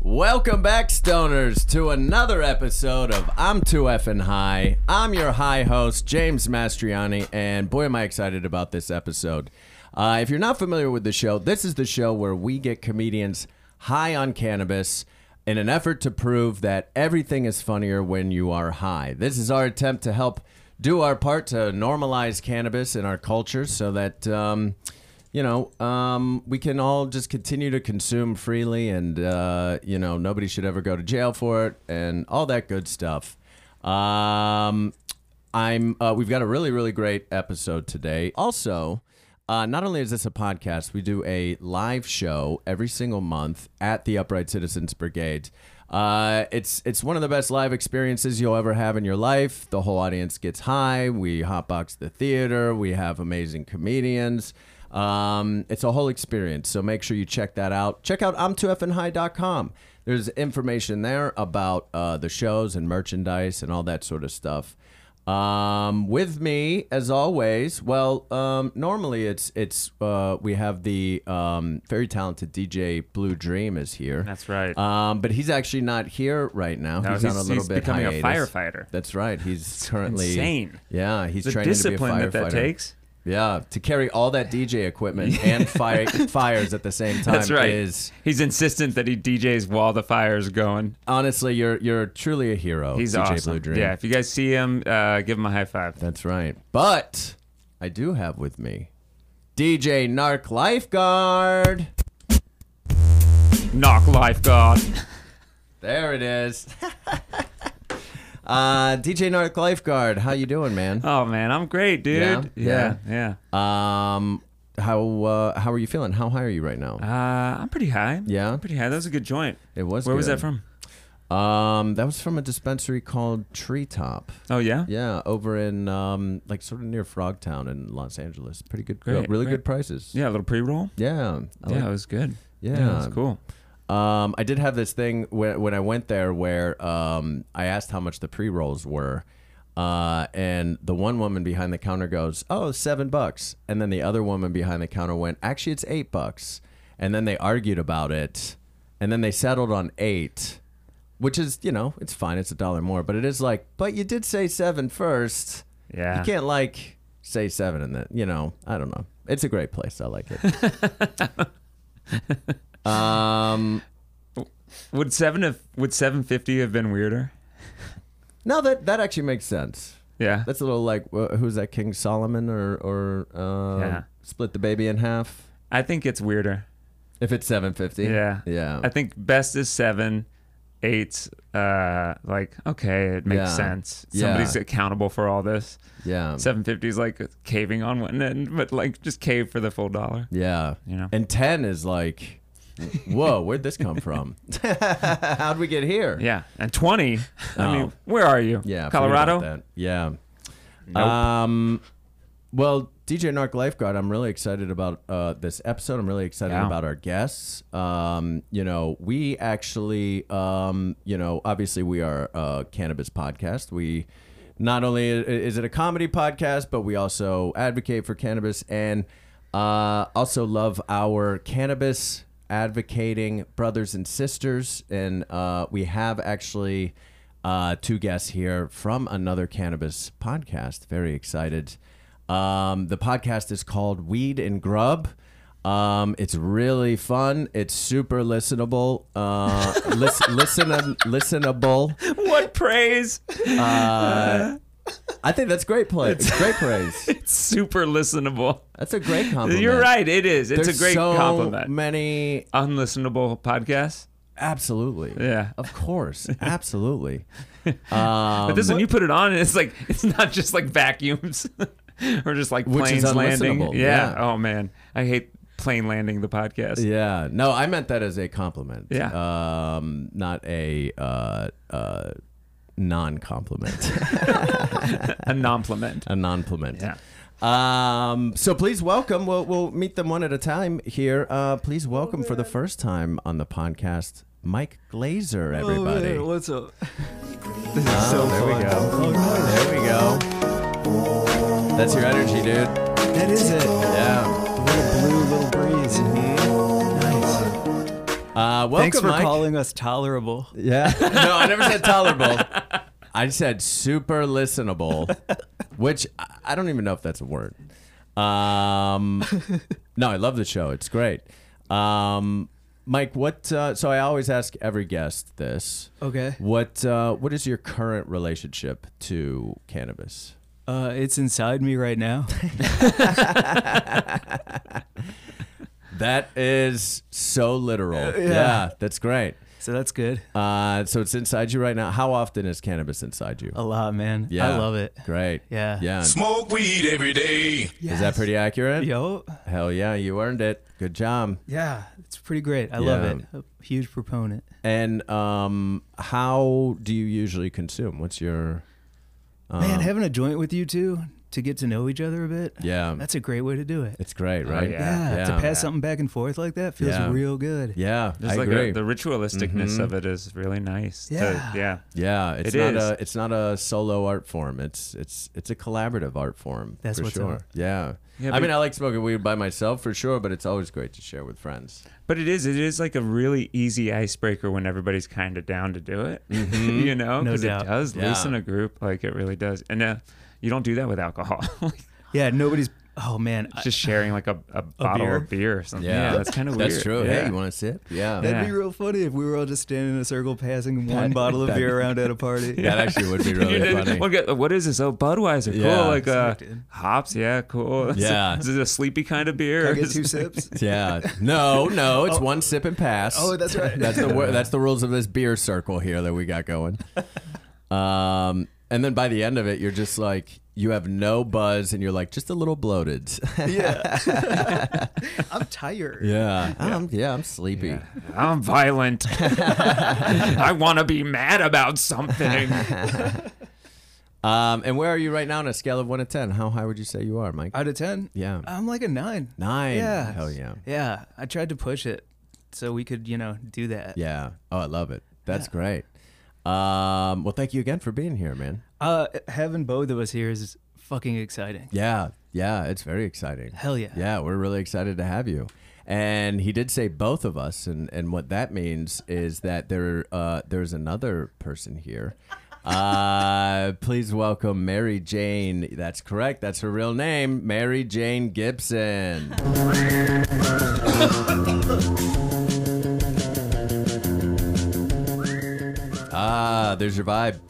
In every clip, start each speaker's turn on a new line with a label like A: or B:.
A: Welcome back, stoners, to another episode of I'm Too Effin' High. I'm your high host, James Mastriani, and boy, am I excited about this episode. Uh, if you're not familiar with the show, this is the show where we get comedians high on cannabis in an effort to prove that everything is funnier when you are high. This is our attempt to help do our part to normalize cannabis in our culture so that. Um, you know, um, we can all just continue to consume freely, and uh, you know, nobody should ever go to jail for it, and all that good stuff. Um, I'm. Uh, we've got a really, really great episode today. Also, uh, not only is this a podcast, we do a live show every single month at the Upright Citizens Brigade. Uh, it's it's one of the best live experiences you'll ever have in your life. The whole audience gets high. We hotbox the theater. We have amazing comedians. Um, it's a whole experience, so make sure you check that out. Check out I'm2FNHigh.com. There's information there about uh, the shows and merchandise and all that sort of stuff. Um, with me, as always, well, um, normally it's it's uh, we have the um, very talented DJ Blue Dream is here.
B: That's right.
A: Um, but he's actually not here right now.
B: No,
A: he's, on a
B: he's-
A: little
B: he's
A: bit
B: becoming a
A: hiatus.
B: firefighter.
A: That's right. He's currently
B: insane.
A: Yeah, he's
B: the
A: training
B: discipline
A: to
B: that
A: be a firefighter.
B: that takes.
A: Yeah, to carry all that DJ equipment and fire fires at the same time
B: That's right.
A: is
B: He's insistent that he DJs while the fire's going.
A: honestly you're you're truly a hero.
B: He's
A: DJ
B: awesome.
A: Blue Dream.
B: Yeah, if you guys see him, uh, give him a high five.
A: That's right. But I do have with me DJ Narc Lifeguard.
B: Knock lifeguard.
A: There it is. uh, DJ Narc Lifeguard, how you doing, man?
B: Oh man, I'm great, dude.
A: Yeah?
B: yeah. yeah.
A: Um, how uh, how are you feeling? How high are you right now?
B: Uh, I'm pretty high.
A: Yeah?
B: I'm pretty high. That was a good joint.
A: It was.
B: Where was
A: good.
B: that from?
A: Um, that was from a dispensary called Treetop.
B: Oh yeah.
A: Yeah, over in um, like sort of near Frogtown in Los Angeles. Pretty good,
B: Great,
A: really
B: great.
A: good prices.
B: Yeah, a little pre-roll.
A: yeah, I
B: yeah,
A: like-
B: it was good.
A: yeah.
B: yeah it was cool.
A: Um, I did have this thing when, when I went there where um, I asked how much the pre rolls were. Uh, and the one woman behind the counter goes, Oh, seven bucks. And then the other woman behind the counter went, Actually, it's eight bucks. And then they argued about it. And then they settled on eight, which is, you know, it's fine. It's a dollar more. But it is like, But you did say seven first.
B: Yeah.
A: You can't, like, say seven and then, you know, I don't know. It's a great place. I like it. um,
B: Would seven have would seven fifty have been weirder?
A: No, that that actually makes sense.
B: Yeah.
A: That's a little like wh- who's that King Solomon or or uh,
B: Yeah.
A: split the baby in half
B: I think it's weirder.
A: if it's seven fifty.
B: Yeah.
A: yeah,
B: I think best is seven, eight's uh, like okay, it makes
A: Yeah.
B: sense.
A: Yeah. Um,
B: Somebody's accountable for all this.
A: yeah,
B: Seven fifty is like caving on one end, but like just cave for the full dollar.
A: yeah.
B: You know?
A: And ten is like, whoa, where'd this come from? How'd we get here?
B: Yeah, and twenty.
A: Oh.
B: I mean, where are you?
A: Yeah, forget about
B: Colorado.
A: that. Yeah. Um, well, DJ Narc Lifeguard, I'm really excited about uh, this episode. I'm really excited
B: Yeah.
A: about our guests. Um, you know, we actually, um, you know, obviously we are a cannabis podcast. We not only i- is it a comedy podcast, but we also advocate for cannabis and uh, also love our cannabis advocating brothers and sisters. And uh, we have actually uh, two guests here from another cannabis podcast. Very excited. Um, the podcast is called Weed and Grub. Um, it's really fun. It's super listenable. Uh, lis- listen, listenable.
B: What praise?
A: Uh, I think that's great praise. It's great praise.
B: It's super listenable.
A: That's a great compliment.
B: You're right. It is. It's
A: There's
B: a great
A: so
B: compliment.
A: Many,
B: Unlistenable podcast.
A: absolutely.
B: Yeah.
A: Of course, absolutely.
B: But
A: Um,
B: this one, you put it on, and it's like it's not just like vacuums or just like
A: Which
B: planes
A: is
B: landing.
A: unlistenable,
B: Yeah.
A: yeah.
B: Oh man, I hate plane landing the podcast.
A: Yeah. No, I meant that as a compliment.
B: Yeah.
A: Um, not a uh, uh, non compliment,
B: A nompliment.
A: a non pliment.
B: Yeah.
A: Um, so please welcome. We'll, we'll meet them one at a time here. Uh, please welcome for the first time on the podcast, Mike Glazer, everybody.
C: what's up?
A: Ah,
B: so there we go.
C: Oh,
A: there we go. That's your energy, dude.
C: That is it.
A: Yeah. Mm-hmm.
C: What a blue little breeze. Nice.
A: Uh, welcome,
C: Thanks for
A: Mike.
C: calling us tolerable.
A: Yeah. no, I never said tolerable. I said super listenable, which I- I don't even know if that's a word. Um, no, I love the show. It's great. Um, Mike, what? Uh, so I always ask every guest this.
C: Okay.
A: What? Uh, what is your current relationship to cannabis?
C: Uh, it's inside me right now.
A: That is so literal.
C: Uh,
A: yeah. that's great.
C: So that's good.
A: Uh, so it's inside you right now. How often is cannabis inside you?
C: A lot, man.
A: Yeah,
C: I love it.
A: Great.
C: Yeah.
A: Yeah.
D: Smoke weed every day.
A: Is that pretty accurate?
C: Yo.
A: Hell yeah, you earned it. Good job.
C: Yeah. It's pretty great. I love it.
A: Yeah.
C: A huge proponent.
A: And um, how do you usually consume? What's your Uh-huh.
C: man, having a joint with you two to get to know each other a bit.
A: yeah?
C: That's a great way to do it.
A: it's great, right?
B: Oh, yeah.
C: Yeah. To
A: Yeah.
C: pass something back and forth like that feels
A: Yeah.
C: real good.
A: yeah, I
B: There's like
A: agree. Mm-hmm.
B: a, the ritualisticness of it is really nice. The-
C: Yeah.
B: yeah.
A: yeah, it's
B: It
A: not
B: is.
A: a it's not a solo art form. It's it's it's a collaborative art form.
C: That's
A: for
C: what's
A: sure.
C: up.
A: Yeah.
B: Yeah,
A: I
B: but-
A: mean, I like smoking weed by myself for sure, but it's always great to share with friends.
B: But it is it is like a really easy icebreaker when everybody's kind of down to do it. you know,
C: No
B: because
C: doubt.
B: it does
A: Mm-hmm. Yeah.
B: loosen a group like it really does. And uh, you don't do that with alcohol. Like,
C: Yeah, nobody's. Oh man, I-
B: just sharing like a, a, bottle
C: beer?
B: of beer or something.
A: Yeah,
B: Yeah, that's kind of weird.
A: That's true.
B: Yeah.
A: Hey, you want to sip? Yeah.
C: that'd
A: That,
C: be
B: Yeah.
C: real funny if we were all just standing in a circle passing one bottle of
A: that'd
C: beer around at a party.
A: actually would be
C: Oh,
A: really
B: You did-
A: funny.
B: well, get- what is this? Oh, Budweiser. Cool.
A: Yeah.
B: like uh,
C: dude.
B: hops. Yeah, cool. Is it-
A: Yeah.
B: Is it a sleepy kind of
C: Can
B: beer?
C: I get two
B: It's like-
C: sips.
A: Yeah. No, no, it's one sip and pass.
C: Oh, that's right.
A: That's the wor- that's the rules of this beer circle here that we got going. Um, and then by the end of it, you're just like you have no buzz, and you're like just a little bloated.
C: yeah. I'm tired.
A: yeah, I'm, yeah, I'm sleepy.
B: I'm violent. I want to be mad about something.
A: Um, and where are you right now on a scale of one to ten? How high would you say you are, Mike?
C: Out of ten.
A: Yeah.
C: I'm like a nine.
A: Nine.
C: Uh, Yeah.
A: Hell yeah.
C: Yeah. I tried to push it so we could, you know, do that.
A: Yeah. Oh, I love it. That's great. Um, well, thank you again for being here, man.
C: Uh, having both of us here is fucking exciting.
A: Yeah, yeah, it's very exciting.
C: Hell yeah.
A: Yeah, we're really excited to have you. And he did say both of us, and, and what that means is that there uh, there's another person here. Uh, please welcome Mary Jane. That's correct. That's her real name, Mary Jane Gibson. ah, there's your vibe.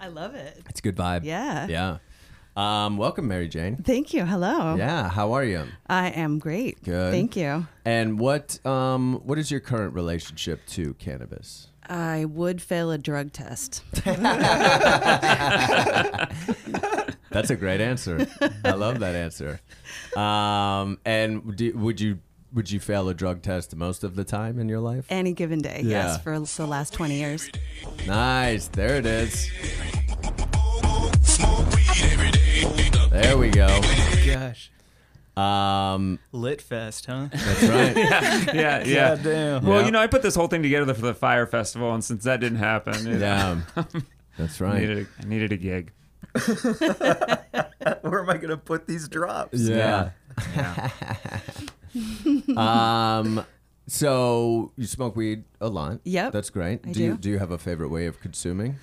E: I love it.
A: It's a good vibe.
E: Yeah.
A: Yeah. Um, welcome, Mary Jane.
E: Thank you. Hello.
A: Yeah, how are you?
E: I am great.
A: Good.
E: Thank you.
A: And what um what is your current relationship to cannabis?
E: I would fail a drug test.
A: That's a great answer. I love that answer. Um, and do, would you would you fail a drug test most of the time in your life?
E: Any given day.
A: Yeah.
E: Yes, for the last 20 years.
A: Nice. There it is.
D: Smoke weed every day.
A: There we go.
C: Gosh.
A: Um,
C: Lit fest, huh?
A: that's right.
B: yeah, yeah.
C: Goddamn.
B: Well,
A: Yeah.
B: you know, I put this whole thing together for the fire festival, and since that didn't happen, it-
A: Yeah. That's
B: I,
A: right.
B: needed a, I needed a gig.
C: Where am I gonna put these drops?
A: Yeah. Um, so you smoke weed a lot.
E: Yep,
A: That's great.
E: I
A: you
E: do.
A: do you have a favorite way of consuming?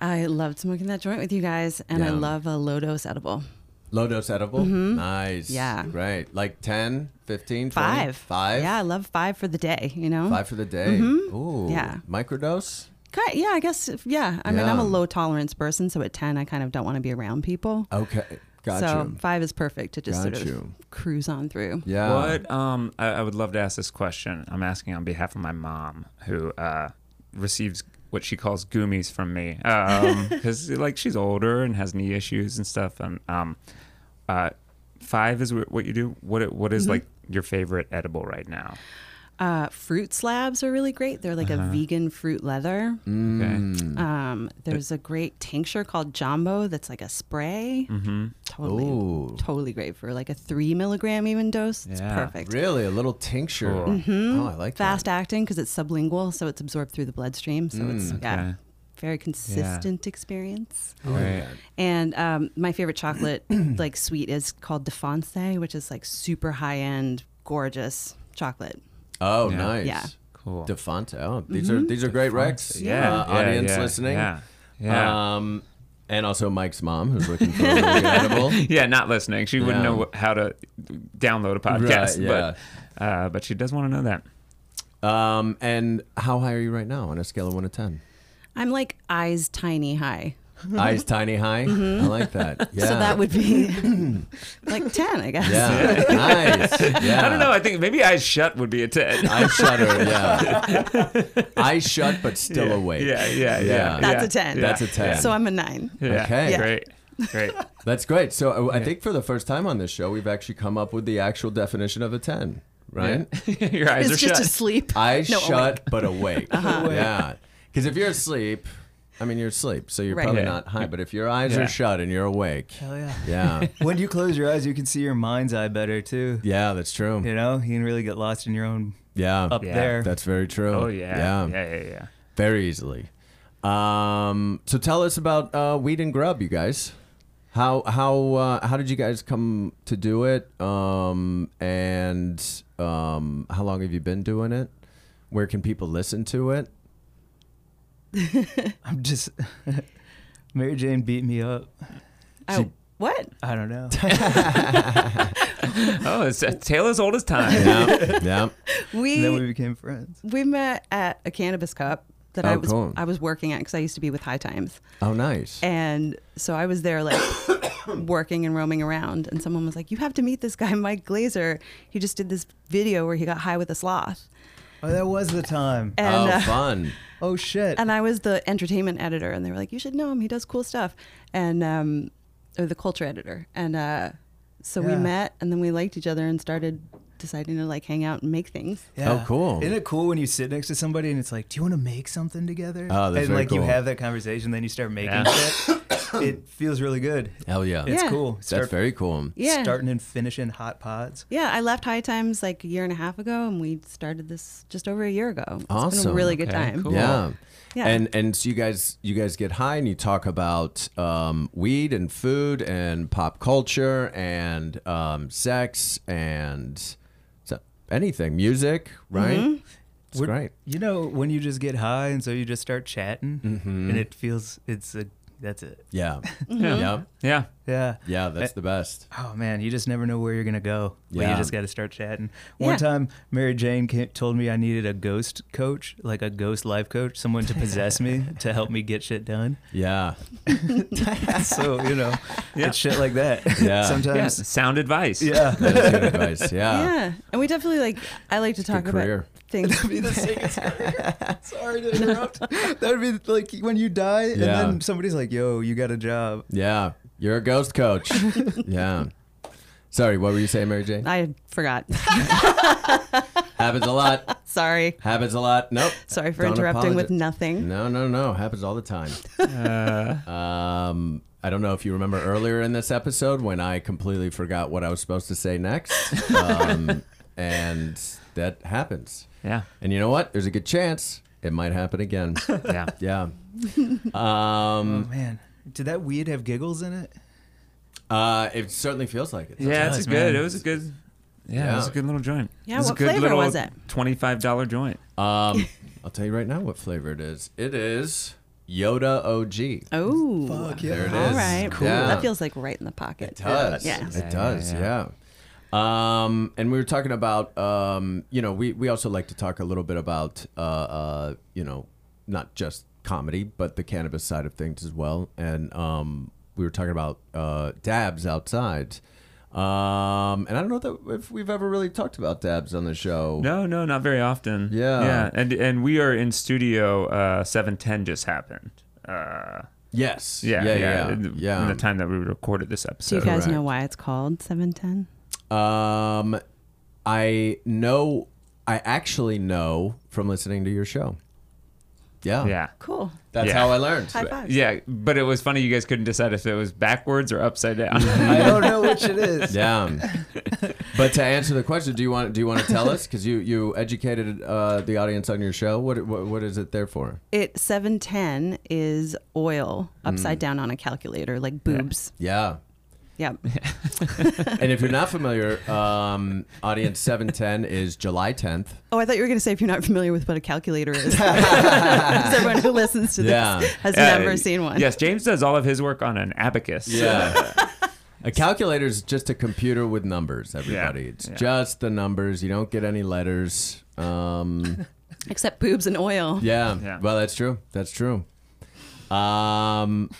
E: I loved smoking that joint with you guys, and I
A: Yeah.
E: love a low dose edible.
A: Low dose edible? Nice.
E: Mm-hmm. Yeah.
A: Great. Like 10, 15, 20?
E: Five.
A: Five?
E: Yeah, I love five for the day, you know?
A: Five for the day. Ooh.
E: Yeah.
A: Microdose?
E: Ki- yeah, I guess. if- Yeah. I mean, I'm
A: Yeah.
E: a low tolerance person, so at 10, I kind of don't want to be around people.
A: Okay. Got
E: so
A: you.
E: five is perfect to just
A: Got
E: sort of
A: you.
E: cruise on through.
A: Yeah.
B: What? Um, I, I would love to ask this question. I'm asking on behalf of my mom, who uh, receives what she calls goomies from me, because like she's older and has knee issues and stuff. And um, uh, five is wh- what you do. What what
A: Mm-hmm.
B: is, like your favorite edible right now?
E: Uh, fruit slabs are really great. They're like
A: Uh-huh.
E: a vegan fruit leather.
A: Mm.
B: Okay.
E: Um, there's a great tincture called Jumbo that's like a spray. Mm-hmm. Totally,
A: Ooh.
E: totally great for like a three milligram even dose. It's
B: Yeah.
E: perfect. Mm-hmm.
A: Really? A little tincture.
B: Cool.
A: Oh, I like
E: Fast acting because it's sublingual, so it's absorbed through the bloodstream. So it's yeah,
B: okay.
E: very consistent experience.
B: Right.
E: And um, my favorite chocolate, like sweet, is called Defonce, which is like super high end, gorgeous chocolate.
A: that. Oh,
B: Yeah.
A: nice.
E: Yeah. Mm-hmm.
B: Cool.
A: Defante. Oh, these are these are great recs.
B: yeah,
A: Uh,
B: yeah,
A: audience
B: yeah,
A: listening.
B: Yeah. Yeah.
A: Um, and also Mike's mom who's looking for a really edible.
B: yeah, not listening. She wouldn't
A: Yeah.
B: know wh- how to download a podcast,
A: Right,
B: but uh, but she does want to know that.
A: Um, and how high are you right now on a scale of one to ten?
E: I'm like eyes tiny high.
A: Eyes tiny high. I like that. Yeah.
E: Mm-hmm. So that would be like 10, I guess.
A: Yeah. nice. Yeah.
B: I don't know. I think maybe eyes shut would be a ten.
A: I shudder. Yeah. Eyes shut, but still awake.
B: Yeah, yeah, yeah.
A: Yeah.
E: That's
B: yeah,
E: a 10.
B: yeah,
A: That's a 10.
E: So I'm a 9.
B: yeah.
A: Okay. Yeah.
B: Great. Great.
A: That's great. So uh, I think for the first time on this show, we've actually come up with the actual definition of a ten. Right.
B: Your eyes
E: It's
B: are
E: just
B: shut.
E: asleep.
A: Eyes
E: No, oh Uh-huh.
A: shut but awake.
C: Awake.
A: Yeah. Because if you're asleep, I mean, you're asleep, so you're
E: Right.
A: probably
B: Yeah.
A: not high. But if your eyes
B: Yeah.
A: are shut and you're awake,
C: Hell Oh, yeah.
A: yeah.
C: When you close your eyes, you can see your mind's eye better too.
A: Yeah, that's true.
C: You know, you can really get lost in your own
A: Yeah.
C: up
B: Yeah.
C: there.
A: That's very true.
B: Oh yeah. Yeah. Yeah. Yeah.
A: Very easily. Um, so tell us about uh, Weed and Grub, you guys. How how uh, how did you guys come to do it? Um, and um, how long have you been doing it? Where can people listen to it?
C: I'm just. Mary Jane beat me up.
E: I, Oh, what?
C: I don't know.
B: Oh, it's a tale as old as time.
A: Yeah, yeah.
C: And
E: We,
C: then we
E: we
C: became friends.
E: met at a cannabis cup that I
A: Oh,
E: was
A: cool.
E: I was working at because I used to be with High Times.
A: Oh, nice.
E: And so I was there like working and roaming around and someone was like, You have to meet this guy, Mike Glazer. He just did this video where he got high with a sloth.
C: Oh, that was the time.
E: And
A: oh,
E: uh,
A: fun.
C: Oh shit.
E: and I was the entertainment editor, and they were like, "You should know him. He does cool stuff." And um, or the culture editor, and uh, so we
C: Yeah.
E: met, and then we liked each other, and started deciding to like hang out and make things.
A: Oh, cool.
C: Isn't it cool when you sit next to somebody and it's like, do you want to make something together?
A: Oh, that's
C: and
A: very
C: like you
A: cool.
C: have that conversation, then you start making
B: Yeah.
C: shit. It feels really good.
A: Hell yeah.
C: It's
E: Yeah.
C: cool.
A: That's
C: Start
A: very cool.
E: Yeah,
C: starting and finishing hot pods.
E: yeah. I left High Times like a year and a half ago, and we started this just over a year ago. It's been
A: Awesome.
E: a really good
B: Okay,
E: time.
B: cool.
A: Yeah.
E: Yeah.
A: And and so you guys you guys get high and you talk about um, weed and food and pop culture and um, sex and so anything music right it's
C: We're-
A: great
C: You know, when you just get high and so you just start chatting
A: Mm-hmm.
C: and it feels, it's a, that's it.
A: yeah
B: Yeah.
A: yeah
B: Yeah.
C: Yeah.
A: yeah that's the best
C: Oh man, you just never know where you're gonna go. But
A: Yeah.
C: you just got to start chatting. One
E: Yeah.
C: time, Mary Jane came, told me I needed a ghost coach, like a ghost life coach, someone to possess me to help me get shit done.
A: yeah
C: So you know,
B: Yeah.
C: it's shit like that.
A: Yeah.
B: Yeah.
C: Sometimes,
B: Sound advice.
C: yeah.
A: that is good advice yeah.
E: Yeah, and we definitely like. I like to talk about
A: career.
E: things.
C: Be the sickest career. Sorry to interrupt. That would be like when you die, and
A: Yeah.
C: then somebody's like, "Yo, you got a job."
A: yeah you're a ghost coach yeah sorry what were you saying Mary Jane
E: I forgot.
A: happens a lot
E: Sorry,
A: happens a lot nope
E: sorry for
A: Don't
E: interrupting with
A: apologize.
E: nothing.
A: No, no, no. Happens all the time. um, I don't know if you remember earlier in this episode when I completely forgot what I was supposed to say next. Um, and that happens.
B: Yeah.
A: And you know what? There's a good chance it might happen again.
B: Yeah.
A: yeah.
C: Oh
A: Um,
C: man, did that weed have giggles in it?
A: uh, it certainly feels like it.
B: Yeah,
C: does,
B: it's a
C: man.
B: good. It was a good. Yeah, it was
A: Yeah.
B: a good little joint.
E: Yeah,
B: it was
E: what
B: a good
E: flavor
B: little
E: was it?
B: Twenty-five dollar joint.
A: Um, I'll tell you right now what flavor it is. It is Yoda OG.
E: Oh,
C: Fuck yeah.
A: There it is.
E: all right,
A: Cool.
E: That feels like right in the pocket.
A: It does.
E: Yeah.
A: It does. Yeah. Um, and we were talking about, um, you know, we, we also like to talk a little bit about, uh, uh, you know, not just comedy, but the cannabis side of things as well. And um, we were talking about uh, dabs outside. Um, and I don't know that if we've ever really talked about dabs on the show.
B: No, no, not very often.
A: Yeah.
B: yeah, and and we are in studio. Uh, Seven ten just happened. Uh,
A: Yes.
B: yeah,
A: Yeah.
B: yeah,
A: Yeah.
B: in the-
A: yeah.
B: In the time that we recorded this
E: Do you
B: episode.
E: guys know
A: Correct.
E: why it's called 710?
A: Um, I know. I actually know from listening to your show. Yeah.
B: Yeah.
E: Cool.
A: That's
B: Yeah.
A: how I learned.
E: High five.
B: Yeah, but it was funny. You guys couldn't decide if it was backwards or upside down.
C: I don't know which it is.
A: Yeah. but to answer the question, do you want do you want to tell us because you you educated uh, the audience on your show? What, what what is it there for?
E: It 710 is oil upside down on a calculator, like boobs.
A: Mm. Yeah.
E: Yep.
A: And if you're not familiar, um, audience 710 is July 10th.
E: Oh, I thought you were going to say if you're not familiar with what a calculator is. 'Cause everyone who listens to this
A: Yeah.
E: has
B: Yeah,
E: never seen one.
B: Yes, James does all of his work on an abacus.
A: Yeah. A calculator is just a computer with numbers, everybody.
B: Yeah.
A: It's
B: Yeah.
A: just the numbers. You don't get any letters. Um,
E: Except boobs and oil.
A: yeah.
B: Yeah.
A: Well, that's true. That's true. Um,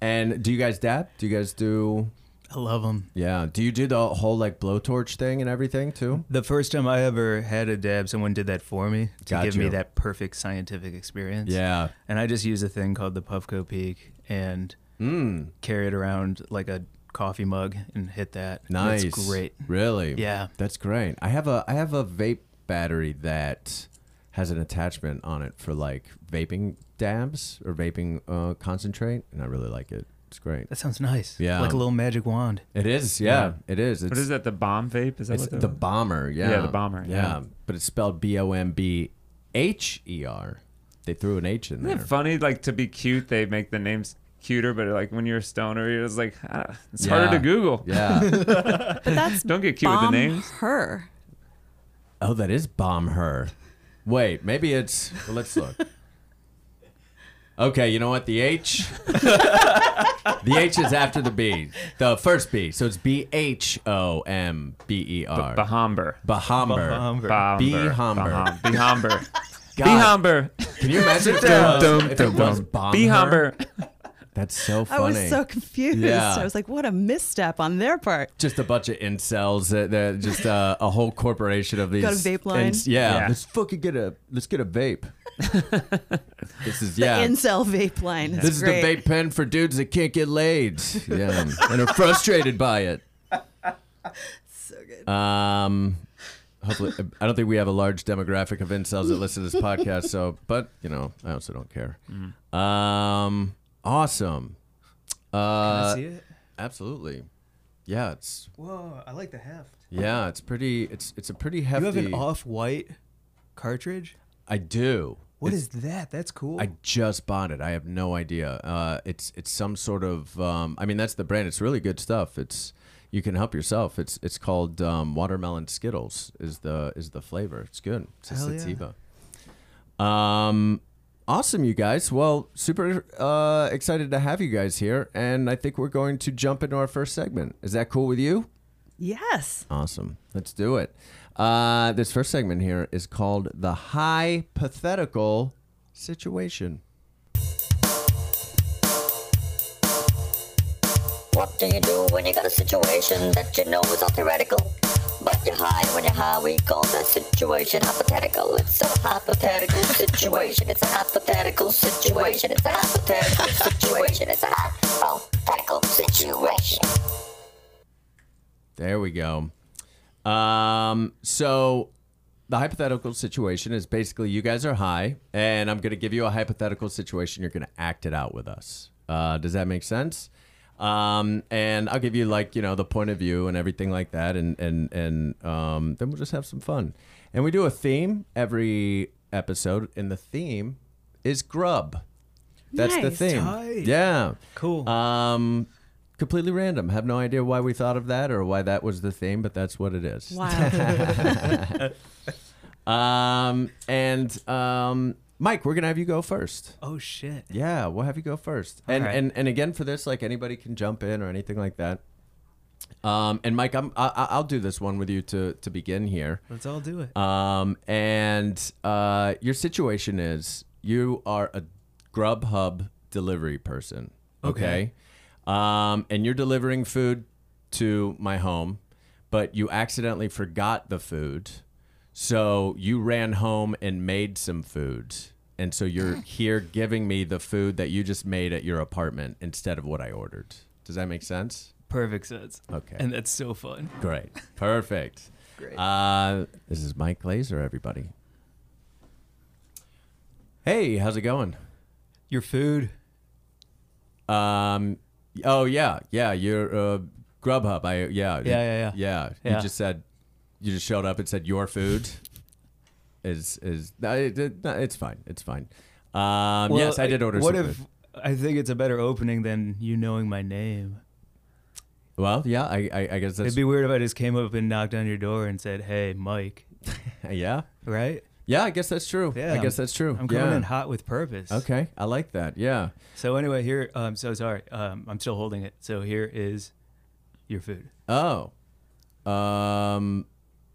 A: and do you guys dab? Do you guys do?
C: I love them.
A: Yeah. Do you do the whole like blowtorch thing and everything too?
C: The first time I ever had a dab, someone did that for me to
A: Got
C: give
A: you.
C: me that perfect scientific experience.
A: Yeah.
C: And I just use a thing called the Puffco Peak and
A: Mm.
C: carry it around like a coffee mug and hit that. And
A: Nice.
C: It's great.
A: Really?
C: Yeah.
A: That's great. I have a I have a vape battery that has an attachment on it for like vaping dabs or vaping uh, concentrate, and I really like it. It's great.
C: That sounds nice.
A: Yeah.
C: Like a little magic wand.
A: It is. Yeah. It is. It's,
B: What is that? The bomb vape? Is that
A: It's
B: what that
A: the
B: was?
A: bomber. Yeah.
B: Yeah, the bomber,
A: Yeah.
B: yeah.
A: But it's spelled B O M B H E R. They threw an H in
B: Isn't
A: there.
B: it funny? Like to be cute, they make the names cuter, but like when you're a stoner, you're just like, ah, it's
A: Yeah.
B: harder to Google.
A: Yeah.
E: But that's
B: Don't get cute with the
E: bomb
B: names.
E: her.
A: oh, that is bomb her. Wait, maybe it's. well, let's look. Okay, you know what? The H. the H is after the B, the first B. So it's B H O M B E R.
B: Bahomber.
A: Bahamber.
C: Bahomber.
A: Behomber.
B: Bahomber. Behomber.
A: God,
B: Behomber.
A: Can you imagine if it was, if it was bomb her?
B: Behomber.
A: That's so
E: I
A: funny.
E: was so confused.
A: Yeah.
E: I was like, what a misstep on their part.
A: just a bunch of incels that, that just uh, a whole corporation of these
E: Got a vape line?
A: inc- yeah,
B: Yeah.
A: let's fucking get a let's get a vape. this is
E: The
A: yeah.
E: incel vape line.
A: this is
E: great.
A: the vape pen for dudes that can't get laid. Yeah, and are frustrated by it.
E: So good.
A: Um, hopefully, I don't think we have a large demographic of incels that listen to this podcast. So, but you know, I also don't care.
C: Mm.
A: Um, awesome. Uh,
C: see it?
A: absolutely. Yeah, it's
C: Whoa, I like the heft.
A: yeah, it's pretty. It's it's a pretty
C: You
A: hefty.
C: have an off white cartridge?
A: I do.
C: What is that? That's cool.
A: I just bought it. I have no idea. Uh, it's it's some sort of. Um, I mean, that's the brand. It's really good stuff. It's you can help yourself. It's it's called um, watermelon Skittles. Is the is the flavor? It's good. It's a
C: Hell yeah.
A: sativa. Um, awesome, you guys. Well, super uh, excited to have you guys here, and I think we're going to jump into our first segment. Is that cool with you?
E: yes.
A: Awesome. Let's do it. Uh, this first segment here is called the hypothetical situation.
F: What do you do when you got a situation that you know is all theoretical? But you're high when you're high, we call that situation hypothetical. It's a hypothetical situation. It's a hypothetical situation. It's a hypothetical situation. It's a hypothetical situation.
A: There we go. Um, so the hypothetical situation is basically you guys are high, and I'm going to give you a hypothetical situation. You're going to act it out with us. Uh, does that make sense? Um, and I'll give you like you know the point of view and everything like that, and and and um, then we'll just have some fun. And we do a theme every episode, and the theme is grub. That's the
E: Nice.
A: theme.
C: Tight.
A: Yeah.
C: Cool.
A: Um, completely random. Have no idea why we thought of that or why that was the theme, but that's what it is.
E: Wow.
A: Um, and um, Mike, we're gonna have you go first.
C: oh, shit.
A: Yeah, we'll have you go first. And
C: right.
A: and and again for this, like anybody can jump in or anything like that. Um, and Mike, I'm I, I- I'll do this one with you to to begin here.
C: Let's all do it.
A: Um, and uh, your situation is you are a Grubhub delivery person. Okay. Um, and you're delivering food to my home, but you accidentally forgot the food. So you ran home and made some food. And so you're here giving me the food that you just made at your apartment instead of what I ordered. Does that make sense?
C: Perfect sense.
A: Okay.
C: And that's so fun.
A: Great. Perfect. Great. Uh, this is Mike Glazer, everybody. Hey, how's it going?
C: Your food.
A: Um, oh yeah, yeah. You're uh, Grubhub. I yeah. Yeah,
C: yeah, yeah.
A: You
C: Yeah.
A: just said, you just showed up and said your food is is no, it- it- no, it's fine. It's fine. Um, yes, I did order.
C: What
A: some
C: if
A: food.
C: I think it's a better opening than you knowing my name?
A: Well, yeah, I, I, I guess that's
C: It'd be weird if I just came up and knocked on your door and said, "Hey, Mike,"
A: yeah,
C: right?
A: yeah. I guess that's true.
C: Yeah,
A: I guess that's true.
C: I'm coming
A: yeah.
C: in hot with purpose.
A: Okay, I like that. Yeah.
C: So anyway, here. Um, so sorry. Um, I'm still holding it. So here is your food.
A: Oh, um,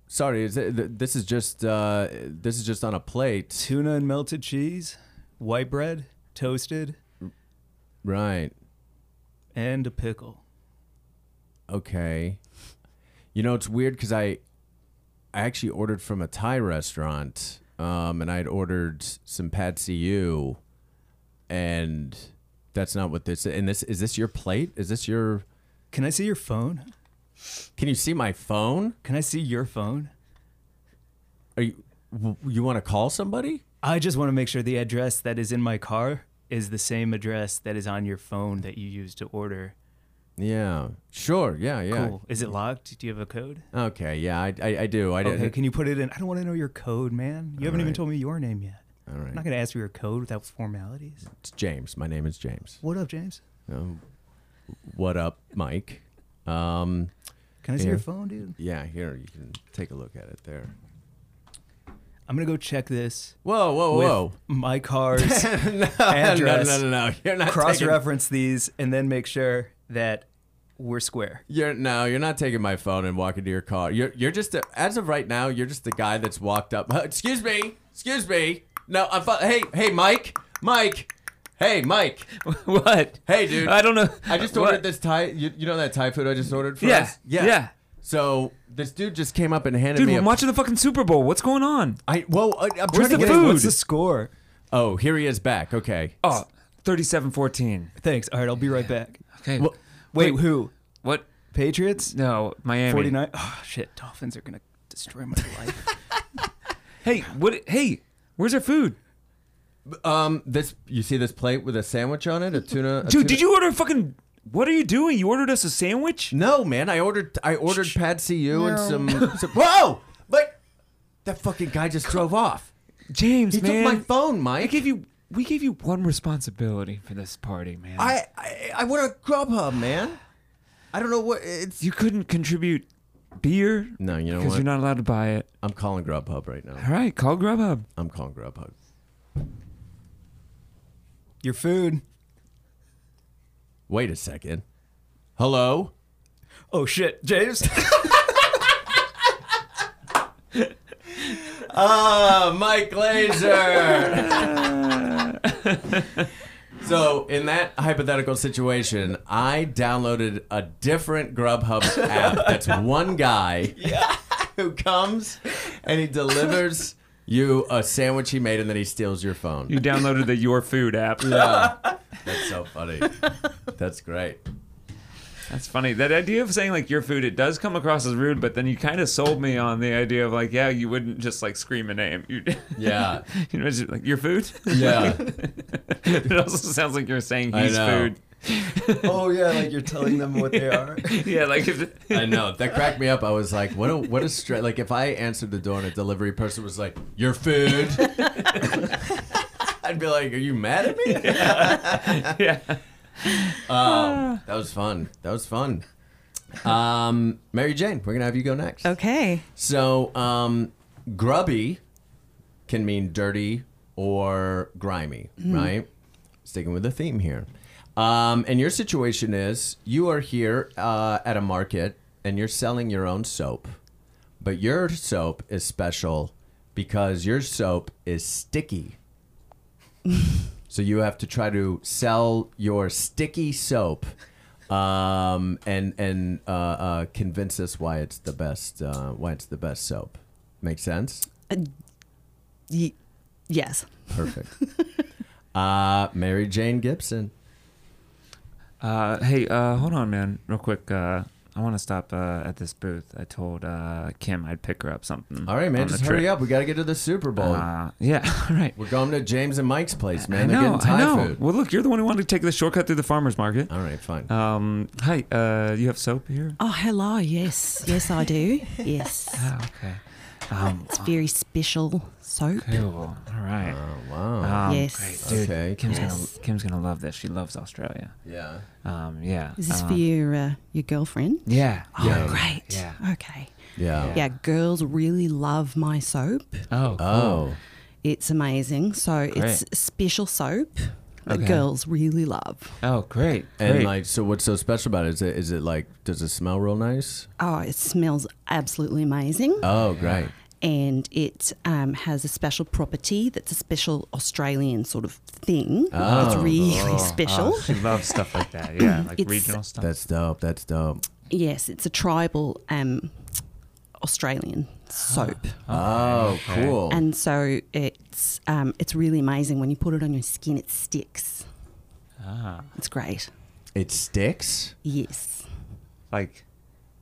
A: sorry. Is it, th- this is just uh, this is just on a plate,
C: Tuna and melted cheese, white bread, toasted,
A: right?
C: and a pickle.
A: Okay. You know, it's weird because I, I actually ordered from a Thai restaurant, um, and I'd ordered some pad see ew, and that's not what this. And this is this your plate? Is this your?
C: Can I see your phone?
A: Can you see my phone?
C: Can I see your phone?
A: Are you? w- You want to call somebody?
C: I just want to make sure the address that is in my car is the same address that is on your phone that you used to order.
A: Yeah. Sure. Yeah. Yeah.
C: Cool. Is it locked? Do you have a code?
A: Okay. Yeah. I, I, I do. I do.
C: Okay, can you put it in? I don't want to know your code, man. You haven't even
A: right.
C: told me your name yet.
A: All
C: I'm
A: right.
C: not going to ask for your code without formalities.
A: It's James. My name is James.
C: What up, James?
A: Um, what up, Mike? Um,
C: Can I see
A: Here.
C: your phone, dude?
A: yeah, here you can take a look at it there.
C: I'm going to go check this
A: Whoa, whoa,
C: with
A: whoa!
C: my car's
A: no,
C: address.
A: no, no, no, no! You're not taking-
C: cross-reference these and then make sure that we're square.
A: You're no, you're not taking my phone and walking to your car. You're you're just a, as of right now, you're just the guy that's walked up. Huh, excuse me, excuse me. No, I'm. fu- Hey, hey, Mike, Mike. Hey, Mike.
B: what?
A: Hey, dude.
B: I don't know.
A: I just
B: What?
A: ordered this Thai. You, you know that Thai food I just ordered for
B: Yeah,
A: us?
B: yeah.
A: So this dude just came up and handed
B: Dude,
A: me.
B: I'm
A: a-
B: watching the fucking Super Bowl. What's going on?
A: I well, I, am
B: Where's
A: trying to
B: the
A: get
B: food?
C: What's the score?
A: Oh, here he is back. Okay.
B: Oh, 37-14.
C: Thanks. All right, I'll be right back.
B: Okay.
A: Well-
C: Wait,
B: Wait.
C: who?
B: what?
C: Patriots?
B: No, Miami.
C: 49? Oh, shit. Dolphins are going to destroy my life.
B: Hey, what? Hey, where's our food?
A: Um, this you see this plate with a sandwich on it, a tuna. a
B: Dude,
A: tuna-
B: did you order a fucking? What are you doing? You ordered us a sandwich?
A: No, man. I ordered. I ordered pad see ew and some, some. Whoa! But that fucking guy just drove off.
B: James,
A: He
B: man,
A: took my phone,
B: I
A: Mike.
B: gave you. We gave you one responsibility for this party, man.
A: I I, I want a Grubhub, man. I don't know what it's.
B: you couldn't contribute beer
A: No, you know
B: because
A: what?
B: you're not allowed to buy it.
A: I'm calling Grubhub right now.
B: All right, call Grubhub.
A: I'm calling Grubhub.
C: your food.
A: Wait a second. Hello.
C: Oh, shit. James?
A: Ah, Mike Glazer. so, in that hypothetical situation, I downloaded a different Grubhub app. That's one guy who comes and he delivers you a sandwich he made, and then he steals your phone.
B: You downloaded the Your Food app.
A: That's so funny. That's great.
B: That's funny. That idea of saying like your food, it does come across as rude, but then you kind of sold me on the idea of like, yeah, you wouldn't just like scream a name. You,
A: Yeah.
B: you know, just, like your food.
A: Yeah.
B: it also sounds like you're saying
A: I
B: he's
A: know.
B: food.
C: oh, yeah. Like you're telling them what they are.
B: Yeah, like if,
A: I know that cracked me up. I was like, "What a what a stra-. like." If I answered the door and a delivery person was like, "Your food," I'd be like, "Are you mad at me?"
B: yeah.
A: Um, that was fun. That was fun. Um, Mary Jane, we're gonna have you go next.
E: Okay.
A: So, um, grubby can mean dirty or grimy, right? Sticking with the theme here. Um, and your situation is you are here uh, at a market and you're selling your own soap, but your soap is special because your soap is sticky. so you have to try to sell your sticky soap um, and and uh, uh, convince us why it's the best uh, why it's the best soap. Make sense?
E: Ye- yes.
A: Perfect. uh, Mary Jane Gibson.
B: Uh, hey, uh, hold on, man, real quick. Uh, I want to stop uh, at this booth. I told uh, Kim I'd pick her up something.
A: All right, man, just hurry up. We got to get to the Super Bowl.
B: Uh, yeah, all right.
A: We're going to James and Mike's place, man.
B: I
A: They're
B: know,
A: getting
B: I
A: Thai
B: know.
A: food. Uh-huh.
B: Well, look, you're the one who wanted to take the shortcut through the farmer's market.
A: All right, fine.
B: Um, hi, uh, you have soap here?
E: Oh, hello. Yes. Yes, I do. Yes.
B: Oh, okay. Um,
E: It's very special soap.
B: cool. All right.
A: Wow.
B: Um,
E: Yes.
B: Dude,
A: Oh, Okay,
B: Kim's
E: yes.
B: gonna Kim's gonna love this. She loves Australia.
A: Yeah.
B: Um, yeah.
E: Is this
B: um,
E: for your uh, your girlfriend?
B: Yeah.
E: Oh,
B: yeah.
E: great.
B: Yeah.
E: Okay.
A: Yeah.
E: Yeah, girls really love my soap.
B: Oh.
A: Oh.
E: It's amazing. So it's
B: Great.
E: special soap that
B: Okay.
E: girls really love.
B: Oh, great.
A: And
B: great.
A: like, so what's so special about it? Is it is it like does it smell real nice?
E: Oh, it smells absolutely amazing.
A: Oh, great.
E: And it um, has a special property that's a special Australian sort of thing. it's really special.
B: she loves stuff like that. Yeah, like
E: It's-
B: regional stuff.
A: That's dope. That's dope.
E: Yes, it's a tribal um, Australian soap.
A: Oh, cool.
E: And so it's um, it's really amazing when you put it on your skin, it sticks. Ah. It's great.
A: it sticks.
E: Yes,
B: like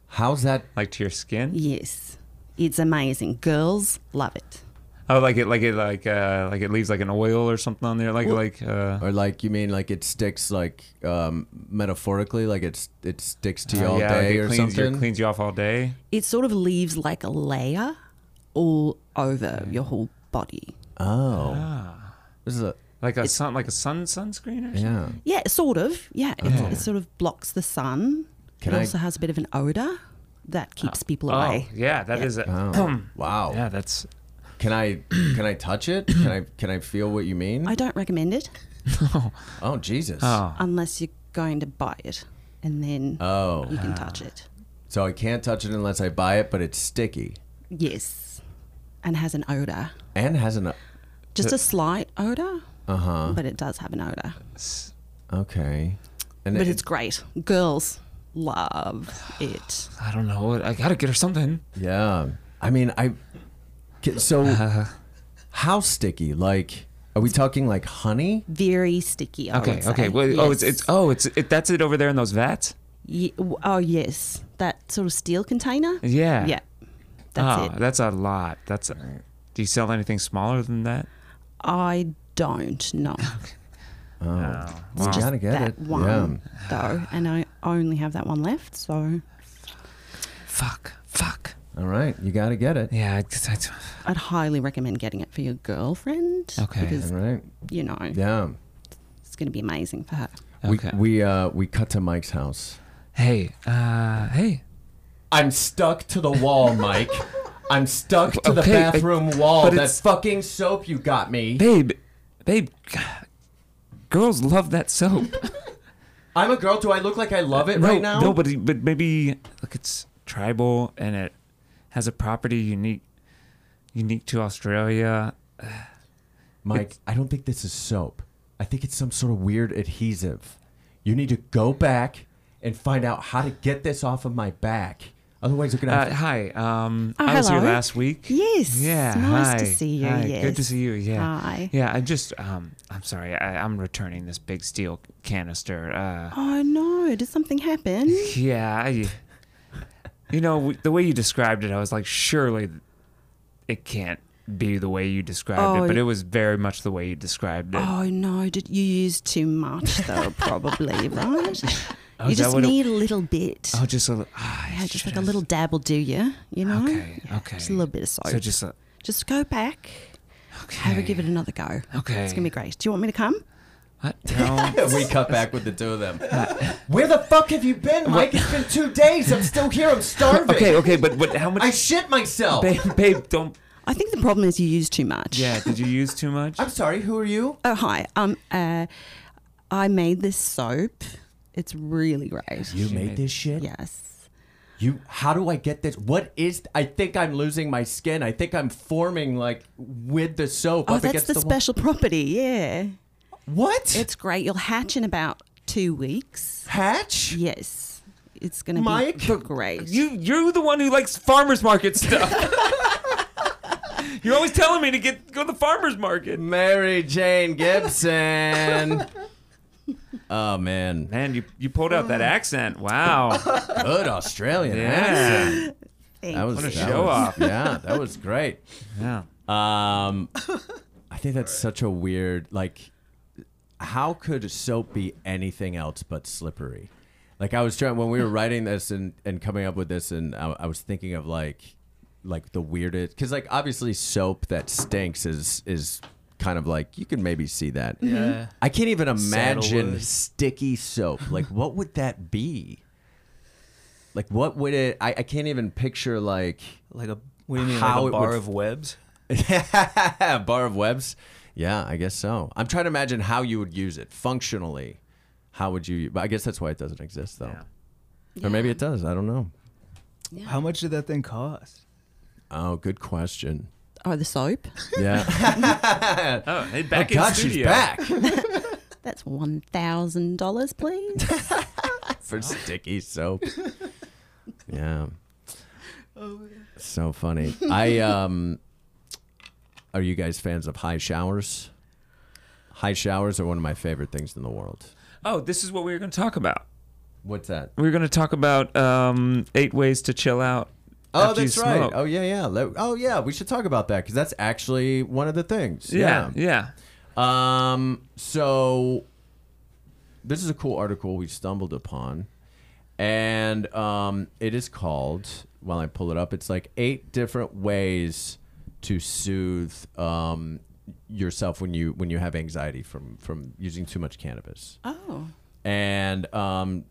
A: How's that?
B: like to your skin.
E: yes, it's amazing. Girls love it.
B: Oh, like it like it like uh like it leaves like an oil or something on there. Like like uh
A: Or like you mean like it sticks like um, metaphorically, like it's it sticks to you all
B: Uh, yeah, like
A: day
B: it
A: or
B: cleans
A: something.
B: You, cleans you off all day.
E: It sort of leaves like a layer all over your whole body.
A: oh,
B: Ah.
A: this is a
B: Like a sun like a sun sunscreen or something.
A: yeah.
E: Yeah, sort of. Yeah, it, it sort of blocks the sun.
A: Can
E: it
A: I-
E: also has a bit of an odor that keeps people
B: Oh,
E: away.
B: yeah, that is it.
A: Oh, wow.
B: Yeah, that's
A: Can I can I touch it? Can I can I feel what you mean?
E: I don't recommend it
A: oh Jesus.
B: oh.
E: unless you're going to buy it, and then
A: Oh.
E: you can touch it.
A: So I can't touch it unless I buy it, but it's sticky
E: Yes, and has an odor.
A: and has an
E: Just a slight odor. Uh huh. But it does have an odor.
A: okay. And
E: But
A: it-
E: it's great. Girls love it.
B: I don't know. I gotta get her something.
A: yeah. I mean I. ca- So how sticky? Like are we talking like honey?
E: Very sticky. I
B: Okay,
E: would
B: okay.
E: say.
B: Well, Oh, it's
E: Yes.
B: it's oh, it's it, that's it over there in those vats.
E: Ye- w- oh yes, that sort of steel container.
B: Yeah.
E: Yeah. That's
B: oh,
E: it.
B: that's a lot. That's. A, do you sell anything smaller than that?
E: I don't know.
A: Oh, You gotta get
E: that
A: it.
E: one though, and I only have that one left. So
B: Fuck. Fuck.
A: Yeah. All right. You gotta get it.
B: Yeah. I, guess that's-
E: I'd highly recommend getting it for your girlfriend.
B: Okay.
E: Because
A: All right.
E: you know
A: Yeah.
E: it's going to be amazing for her.
B: Okay.
A: We we uh we cut to Mike's house.
B: hey. Uh. Hey.
A: I'm stuck to the wall, Mike. I'm stuck to the
B: Okay, but-
A: bathroom wall.
B: but
A: That
B: it's-
A: fucking soap you got me.
B: Babe. Babe. g- Girls love that soap.
A: I'm a girl. Do I look like I love it
B: no,
A: right now?
B: No, but but maybe look, it's tribal and it has a property unique unique to Australia.
A: Mike, I don't think this is soap. I think it's some sort of weird adhesive. You need to go back and find out how to get this off of my back. Otherwise, you're gonna.
B: Uh,
A: Have
B: hi. Um,
E: Oh,
B: I was here
E: hello.
B: last week.
E: Yes,
B: Yeah.
E: nice to
B: hi,
E: see you,
B: hi, Good to
E: yes.
B: see you. Yeah.
E: Hi.
B: Yeah. I just. Um. I'm sorry. I, I'm returning this big steel canister. Uh.
E: Oh no! Did something happen?
B: Yeah. I, you know w- the way you described it, I was like, surely it can't be the way you described
E: Oh.
B: it, but it was very much the way you described it.
E: Oh no! Did you use too much though? Probably right.
B: Oh,
E: you
B: is that
E: just
B: what it-
E: need a little bit.
B: Oh, just a. li- ah,
E: yeah, just like a
B: should've-
E: little dab will do you. You know.
B: Okay,
E: Yeah,
B: okay.
E: Just a little bit of soap.
B: So just a,
E: Just go back.
B: okay.
E: Have a give it another go.
B: Okay.
E: It's gonna be great. Do you want me to come?
B: What? No.
A: to- Uh, we cut back with the two of them. Where the fuck have you been, Mike? It's been two days. I'm still here. I'm starving.
B: okay. Okay. But but how much?
A: I shit myself.
B: babe, babe, don't.
E: I think the problem is you use too much.
B: Yeah. Did you use too much?
A: I'm sorry. Who are you?
E: Oh hi. Um. Uh. I made this soap. It's really great.
A: You made this shit.
E: Yes.
A: You. How do I get this? What is? I think I'm losing my skin. I think I'm forming like with the soap.
E: Oh,
A: up
E: that's
A: against
E: the,
A: the wall.
E: special property. Yeah.
A: What?
E: It's great. You'll hatch in about two weeks.
A: Hatch.
E: Yes. It's gonna
A: Mike,
E: be great.
B: You you're the one who likes farmers market stuff. you're always telling me to get go to the farmers market.
A: Mary Jane Gibson. oh man,
B: Man, you, you pulled out
A: Oh.
B: that accent. Wow.
A: good Australian accent.
B: Yeah.
E: Thank
A: That was
B: What a
A: that
B: show
A: was-
B: off.
A: Yeah, that was great.
B: yeah.
A: Um, I think that's such a weird like. How could soap be anything else but slippery? Like I was trying when we were writing this and and coming up with this, and I, I was thinking of like like the weirdest? Because like obviously soap that stinks is is kind of like you can maybe see that.
C: Yeah.
A: I can't even imagine
C: Saddlewood.
A: sticky soap. Like what would that be? Like what would it? I, I can't even picture like
C: Like a what do you mean?
A: How it
C: like a
A: would
C: bar
A: f-
C: of webs?
A: bar of webs. Yeah, I guess so. I'm trying to imagine how you would use it functionally. How would you? But I guess that's why it doesn't exist though. Or maybe it does. I don't know.
C: How much did that thing cost?
A: Oh, good question.
E: Or the soap.
A: Yeah.
B: Oh, hey, back in
A: God, she's
B: studio.
A: back
E: That's one thousand dollars, please.
A: for sticky soap. Yeah. So funny. I um. Are you guys fans of high showers? High showers are one of my favorite things in the world.
B: Oh, this is what we were going to talk about.
A: What's that?
B: We were going to talk about um, eight ways to chill out.
A: Oh,
B: after you
A: that's right.
B: smoke.
A: Oh, yeah, yeah. Let- Oh, yeah. We should talk about that because that's actually one of the things.
B: yeah, yeah.
A: Um, so this is a cool article we stumbled upon, and um, it is called. While I pull it up, it's like eight different ways to soothe um, yourself when you when you have anxiety from from using too much cannabis.
E: Oh,
A: And um,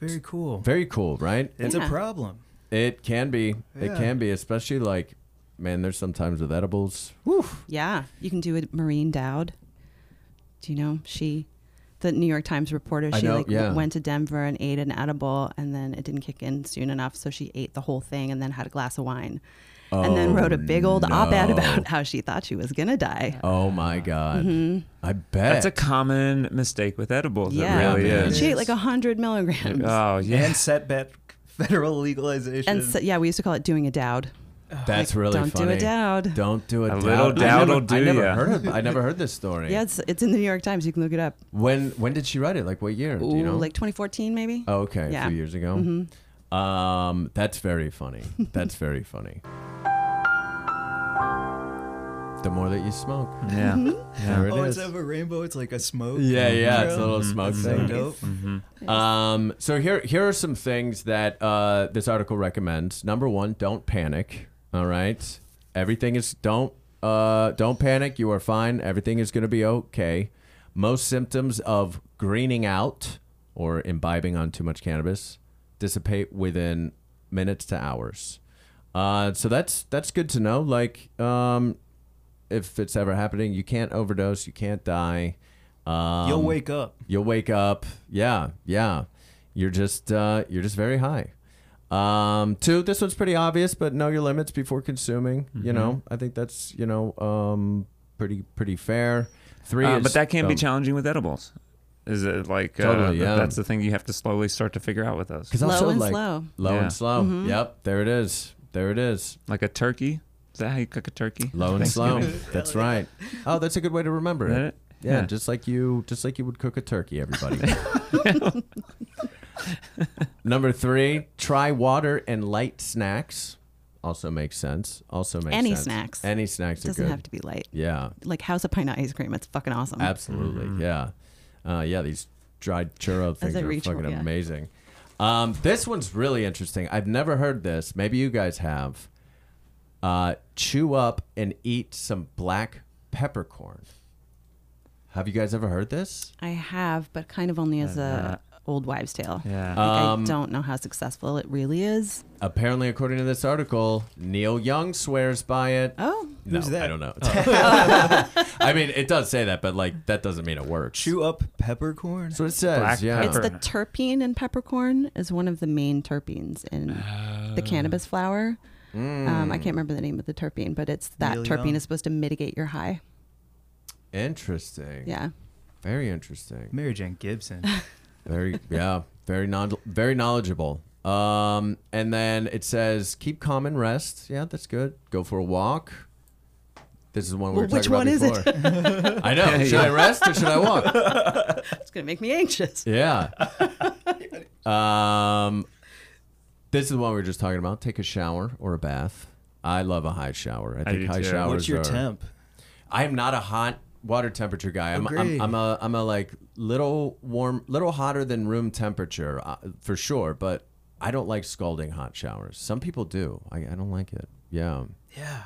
C: Very cool.
A: very cool, right?
C: it's
E: Yeah.
C: a problem.
A: It can be. It
C: Yeah.
A: can be, especially like, man, there's sometimes with edibles. Whew.
E: yeah. You can do it, Maureen Dowd. Do you know she, the New York Times reporter?
A: I
E: She
A: know,
E: like
A: yeah.
E: went to Denver and ate an edible, and then it didn't kick in soon enough, so she ate the whole thing and then had a glass of wine, and then wrote a big old op-ed about how she thought she was gonna die.
A: Oh my god.
E: Mm-hmm.
A: I bet.
B: That's a common mistake with edibles.
E: yeah,
B: It really
A: man.
E: and
B: is.
E: she ate like hundred milligrams.
B: Oh, yeah.
C: And set back federal legalization.
E: and so, yeah, we used to call it doing a Dowd.
A: That's really
E: don't do
A: funny.
E: a Dowd.
A: Don't do a,
B: A
A: Dowd.
B: little
A: I
B: Dowd'll
A: never, I
B: do
A: never
B: ya.
A: heard of. I never heard this story.
E: Yeah, it's, it's in the New York Times. You can look it up.
A: When when did she write it? Like what year? do
E: Ooh,
A: you know?
E: like 2014 maybe.
A: oh, okay, a
E: Yeah. Mm-hmm.
A: few years ago. Um, that's very funny. That's very funny. The more that you smoke,
B: yeah.
A: Mm-hmm.
B: Uh,
A: there it
C: oh,
A: is.
C: it's have a Mm-hmm. rainbow. It's like a smoke.
A: Yeah, yeah,
C: trail.
A: it's a little smoke
C: So
A: thing. Mm-hmm.
C: dope.
A: Um, so here, here are some things that uh, this article recommends. Number one, don't panic. All right, everything is don't uh, don't panic. You are fine. Everything is going to be okay. Most symptoms of greening out or imbibing on too much cannabis dissipate within minutes to hours. Uh, so that's that's good to know. Like, um, if it's ever happening, you can't overdose. You can't die. Um,
C: You'll wake up.
A: You'll wake up. Yeah, yeah. You're just uh, you're just very high. Um, two. This one's pretty obvious, but know your limits before consuming. You know,
B: Mm-hmm.
A: I think that's you know um, pretty pretty fair. Three.
B: Uh,
A: is,
B: but that can be
A: um,
B: challenging with edibles. Is it like uh,
A: Totally, yeah.
B: that's the thing you have to slowly start to figure out with those?
A: 'cause
E: Low
A: also,
E: and
A: like,
E: slow. Mm-hmm.
A: Low
B: Yeah.
A: and slow. Yep. There it is. There it is.
B: Like a turkey. Is that how you cook a turkey?
A: Low and slow.
B: Thanksgiving.
A: That's right. Oh, that's a good way to remember
B: Isn't
A: it.
B: it?
A: Yeah,
B: Yeah.
A: just like you, just like you would cook a turkey, everybody. Number three, try water and light snacks. Also makes sense. Also makes
E: Any
A: sense.
E: snacks.
A: Any snacks
E: Doesn't
A: are good.
E: have to be Mm-hmm. light.
A: Yeah,
E: Like House of Pine ice cream. It's fucking awesome.
A: absolutely. Yeah, uh, yeah. These dried churro things
E: a
A: are
E: reach,
A: fucking
E: yeah.
A: amazing. Um, this one's really interesting. I've never heard this. Maybe you guys have. Uh, chew up and eat some black peppercorn. Have you guys ever heard this?
E: I have, but kind of only as a old wives' tale.
B: Yeah.
E: Like,
A: uh, Um,
E: I don't know how successful it really is.
A: Apparently, according to this article, Neil Young swears by it.
E: Oh,
A: no,
C: Who's that?
A: I don't know. I mean, it does say that, but like that doesn't mean it works.
C: Chew up peppercorn.
A: That's what it says.
B: Black
A: yeah.
B: pepper.
E: it's the terpene in peppercorn is one of the main terpenes in the
A: Oh.
E: cannabis flower. Um, I
A: Mm.
E: can't remember the name of the terpene, but it's that
C: Neil
E: terpene
C: Young.
E: is supposed to mitigate your high.
A: Interesting.
E: Yeah.
A: Very interesting.
C: Mary Jane Gibson.
A: Very yeah. Very non. Very knowledgeable. Um, and then it says keep calm and rest. Yeah, that's good. Go for a walk. This is one we were
E: Well, which
A: talking about
E: one is it?
A: before. I know. Should I rest or should I walk?
E: It's going to make me anxious.
A: Yeah. um, this is the one we were just talking about. Take a shower or a bath. I love a high shower. I think
B: do
A: high
B: too.
A: showers.
C: What's your
A: are-
C: temp?
A: I am not a hot water temperature guy. I'm, I'm
C: Agreed.
A: I'm a I'm a like little warm, little hotter than room temperature uh, for sure. But I don't like scalding hot showers. Some people do. I, I don't like it. Yeah.
C: Yeah.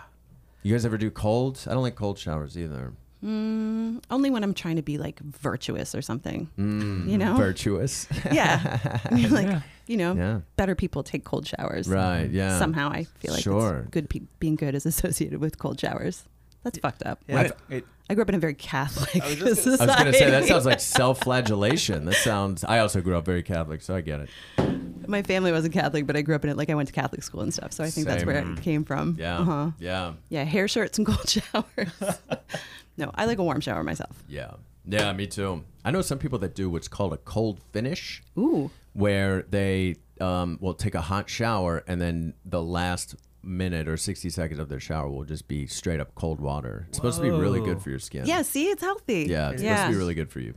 A: You guys ever do colds? I don't like cold showers either.
E: Only when I'm trying to be like virtuous or something. you know?
A: Virtuous.
E: yeah. You're like,
B: Yeah.
E: you know,
A: Mm. Yeah.
E: better people take cold showers.
A: right. Yeah.
E: Somehow I feel like it's
A: Sure.
E: good pe- being good is associated with cold showers. That's fucked up.
C: Yeah, it-
E: I grew up in a very Catholic society.
A: I was gonna say that sounds like self-flagellation. That sounds. I also grew up very Catholic, so I get it.
E: My family wasn't Catholic, but I grew up in it. Like I went to Catholic school and stuff. So I think that's where
A: Same.
E: it came from.
A: Yeah.
E: Uh-huh.
A: Yeah.
E: Yeah. Hair shirts and cold showers. no, I like a warm shower myself.
A: Yeah. Yeah. Me too. I know some people that do what's called a cold finish.
E: Ooh.
A: where they um, will take a hot shower and then the last minute or 60 seconds of their shower will just be straight up cold water. It's supposed to be really good for your skin.
E: Yeah. See, it's healthy.
A: Yeah, it's supposed to be really good for you.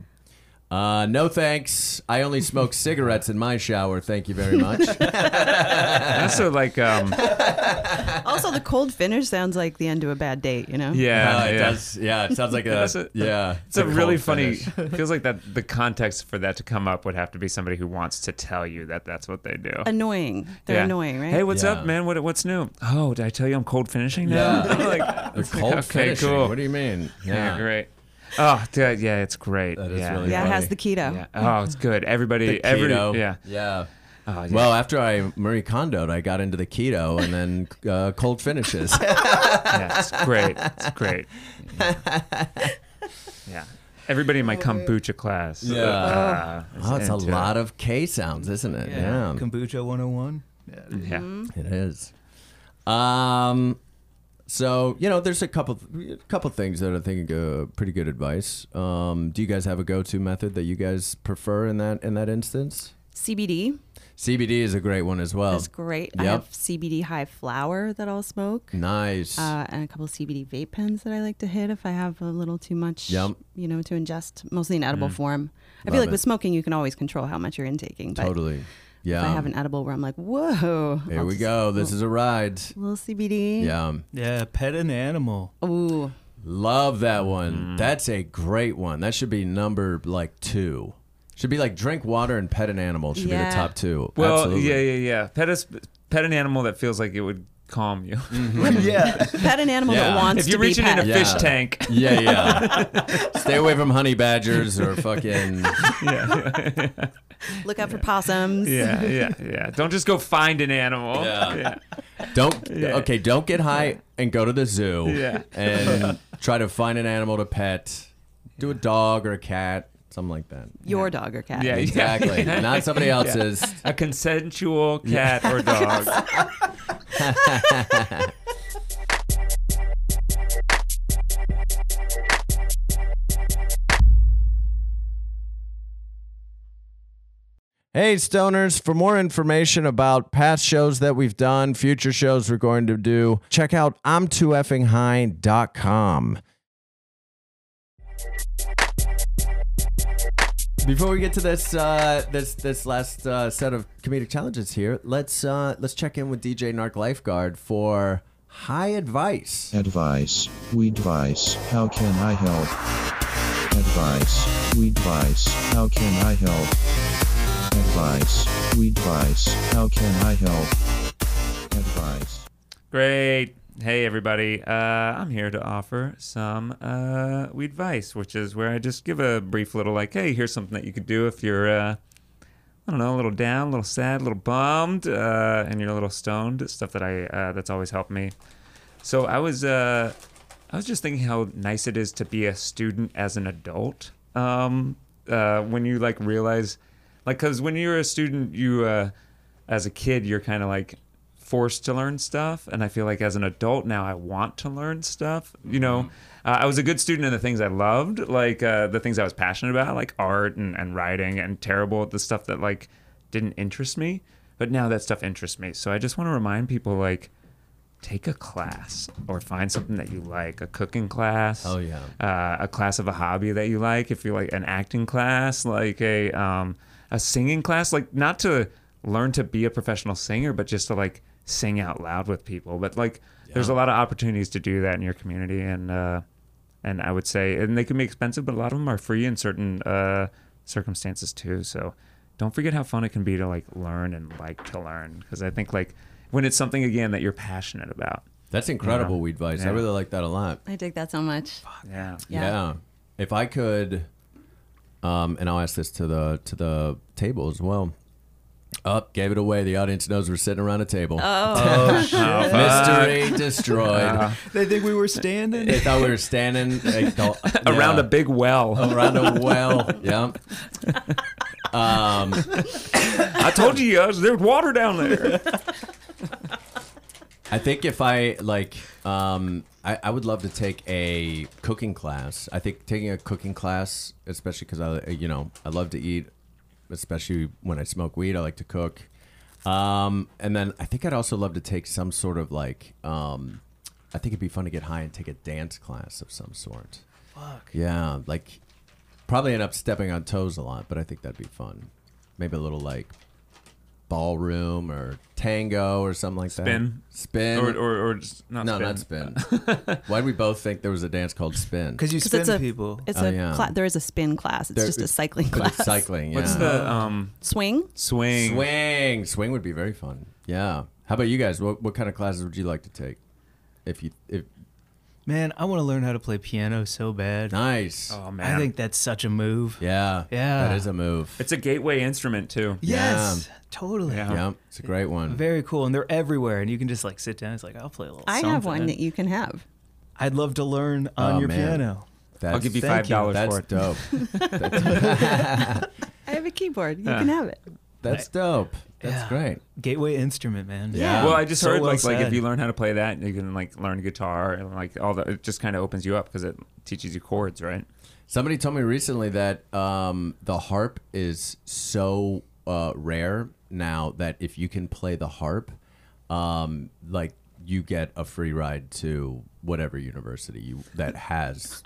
A: Uh, no thanks. I only smoke cigarettes in my shower. Thank you very much.
B: also like um
E: also, the cold finish sounds like the end of a bad date, you know?
B: yeah,
A: Uh, it
B: yeah.
A: does. Yeah, it sounds like a.
B: That's a-
A: yeah,
B: It's a really
A: cold
B: funny.
A: finish.
B: feels like that the context for that to come up would have to be somebody who wants to tell you that that's what they do.
E: Annoying. They're
B: Yeah.
E: annoying, right?
B: Hey, what's
A: Yeah.
B: up, man? What what's new? Oh, did I tell you I'm cold finishing now?
A: Yeah.
B: like,
A: They're cold
B: okay,
A: finishing.
B: cool.
A: What do you mean?
B: yeah, great. Oh, dude, yeah, it's great.
A: That is
B: yeah.
A: really
E: yeah, it has
A: funny.
E: the keto.
B: Yeah. Oh, it's good. Everybody,
A: The
B: every
A: keto.
B: yeah.
A: Yeah.
B: Oh, yeah.
A: Well, after I Marie Kondoed, I got into the keto and then uh, cold finishes.
B: yeah, it's great. It's great. Yeah. Everybody in my kombucha class.
A: Yeah.
B: uh, is
A: Oh, it's a
B: into it.
A: lot of K sounds, isn't it? Yeah,
C: Kombucha 101. Yeah.
B: Yeah.
A: it is. Um, so you know, there's a couple, a couple things that I think uh, pretty good advice. Um, do you guys have a go-to method that you guys prefer in that in that instance?
E: CBD
A: CBD is a great one as well.
E: is great. I
A: Um, Yep.
E: have CBD high flower that I'll smoke.
A: Nice.
E: Uh, and a couple CBD vape pens that I like to hit if I have a little too much,
A: Yep. Mm.
E: you know, to ingest, mostly in edible form. I
A: Love
E: feel like
A: it.
E: with smoking, you can always control how much you're intaking. But
A: totally.
E: If
A: Yeah.
E: I have an edible where I'm like, whoa.
A: Here
E: I'll
A: we
E: just-
A: go. This is a ride.
E: Little CBD.
A: Yeah.
C: Yeah, pet an animal.
E: Ooh.
A: Love that
B: Mm.
A: one. That's a great one. That should be number like two. Should be like drink water and pet an animal. Should be
E: Yeah.
A: the top two.
B: Well,
A: Absolutely.
B: yeah, yeah, yeah. Pet a, sp- pet an animal that feels like it would calm you.
C: yeah.
E: Pet an animal
A: Yeah.
E: that wants
B: if you're
E: Mm-hmm. to be
B: reaching in
E: pet.
B: a
A: Yeah.
B: fish tank,
A: Yeah, yeah. Stay away from honey badgers or fucking.
E: Look out for possums.
B: yeah, yeah, yeah. Don't just go find an animal.
A: Yeah. Don't okay. Don't get high and go to the zoo.
B: Yeah.
A: And try to find an animal to pet. Do a dog or a cat, something like that.
E: Your dog or cat.
B: Yeah.
A: Exactly. Not somebody else's.
B: A consensual cat or dog.
A: Hey, stoners, for more information about past shows that we've done, future shows we're going to do, check out I'm too effing high.com. Before we get to this uh, this this last uh, set of comedic challenges here, let's uh, let's check in with DJ Narc Lifeguard for high advice.
G: Advice, we advice, how can I help? Advice, we advice, how can I help? Advice, we advice, how can I help? Advice.
B: Great. Hey, everybody. Uh, I'm here to offer some uh, weed advice, which is where I just give a brief little, like, hey, here's something that you could do if you're, uh, I don't know, a little down, a little sad, a little bummed, uh, and you're a little stoned. Stuff that I uh, that's always helped me. So I was uh, I was just thinking how nice it is to be a student as an adult. Um, uh, when you like realize, like, because when you're a student, you uh, as a kid, you're kind of like forced to learn stuff, and I feel like as an adult now, I want to learn stuff. You know, uh, I was a good student in the things I loved, like uh, the things I was passionate about, like art and, and writing, and terrible at the stuff that like didn't interest me. But now that stuff interests me, so I just want to remind people like take a class or find something that you like a cooking class
A: Oh, yeah.
B: uh, a class of a hobby that you like if you like an acting class like a um, a singing class like not to learn to be a professional singer but just to like sing out loud with people but like there's a lot of opportunities to do that in your community and uh, and I would say and they can be expensive but a lot of them are free in certain uh, circumstances too so don't forget how fun it can be to like learn and like to learn because I think like when it's something again that you're passionate about
A: That's incredible weed vice. I
B: Yeah.
A: really like that a lot.
E: I dig that so much.
B: Yeah.
A: Yeah. If I could, um, and I'll ask this to the to the table as well. Up, gave it away. The audience knows we're sitting around a table. Mystery destroyed.
C: They think we were standing.
A: They thought we were standing they thought-
B: Around a
A: yeah,
B: big well.
A: around a well. Yeah.
B: I told you guys there's water down there.
A: I think if I like, um, I, I would love to take a cooking class. I think taking a cooking class, especially because I, you know, I love to eat, especially when I smoke weed. I like to cook, um, and then I think I'd also love to take some sort of like, um, I think it'd be fun to get high and take a dance class of some sort. Fuck. Yeah, like probably end up stepping on toes a lot, but I think that'd be fun. Maybe a little like ballroom or tango or something like
B: Spin.
A: that. Spin.
B: or, or, or just not
A: no,
B: spin.
A: not spin. Why did we both think there was a dance called spin?
C: Because you
E: Because it's
C: spin
E: a
C: people.
E: It's
A: Oh,
E: a
A: yeah.
E: cla- there is a spin class. It's
A: There
E: just a
A: is-
E: cycling
A: But it's
E: class.
A: cycling. Yeah.
B: What's the um
E: Swing.
B: swing?
A: swing? Swing would be very fun. Yeah. How about you guys? What what kind of classes would you like to take? If you if
C: Man, I want to learn how to play piano so bad.
A: nice.
B: Oh man,
C: I think that's such a move.
A: Yeah.
C: Yeah.
A: That is a move.
B: it's a gateway instrument too.
C: Yes, totally.
B: Yeah.
A: yeah. It's a great one.
C: Very cool, and they're everywhere, and you can just like sit down. It's like I'll play a little.
E: I have one
C: something."
E: that you can have.
C: I'd love to learn on
A: Oh,
C: your
A: man.
C: piano.
A: That's,
B: I'll give you five
C: Thank you.
B: dollars
A: That's
B: for it.
A: dope.
E: I have a keyboard. You can have it.
A: That's dope. That's
C: Yeah.
A: great.
C: Gateway instrument, man.
A: Yeah.
B: Well, I just
C: So
B: heard
C: well
B: like like if
C: said.
B: you learn how to play that, you can like learn guitar and like all that. It just kind of opens you up because it teaches you chords, right?
A: Somebody told me recently that um, the harp is so uh, rare now that if you can play the harp, um, like you get a free ride to whatever university you that has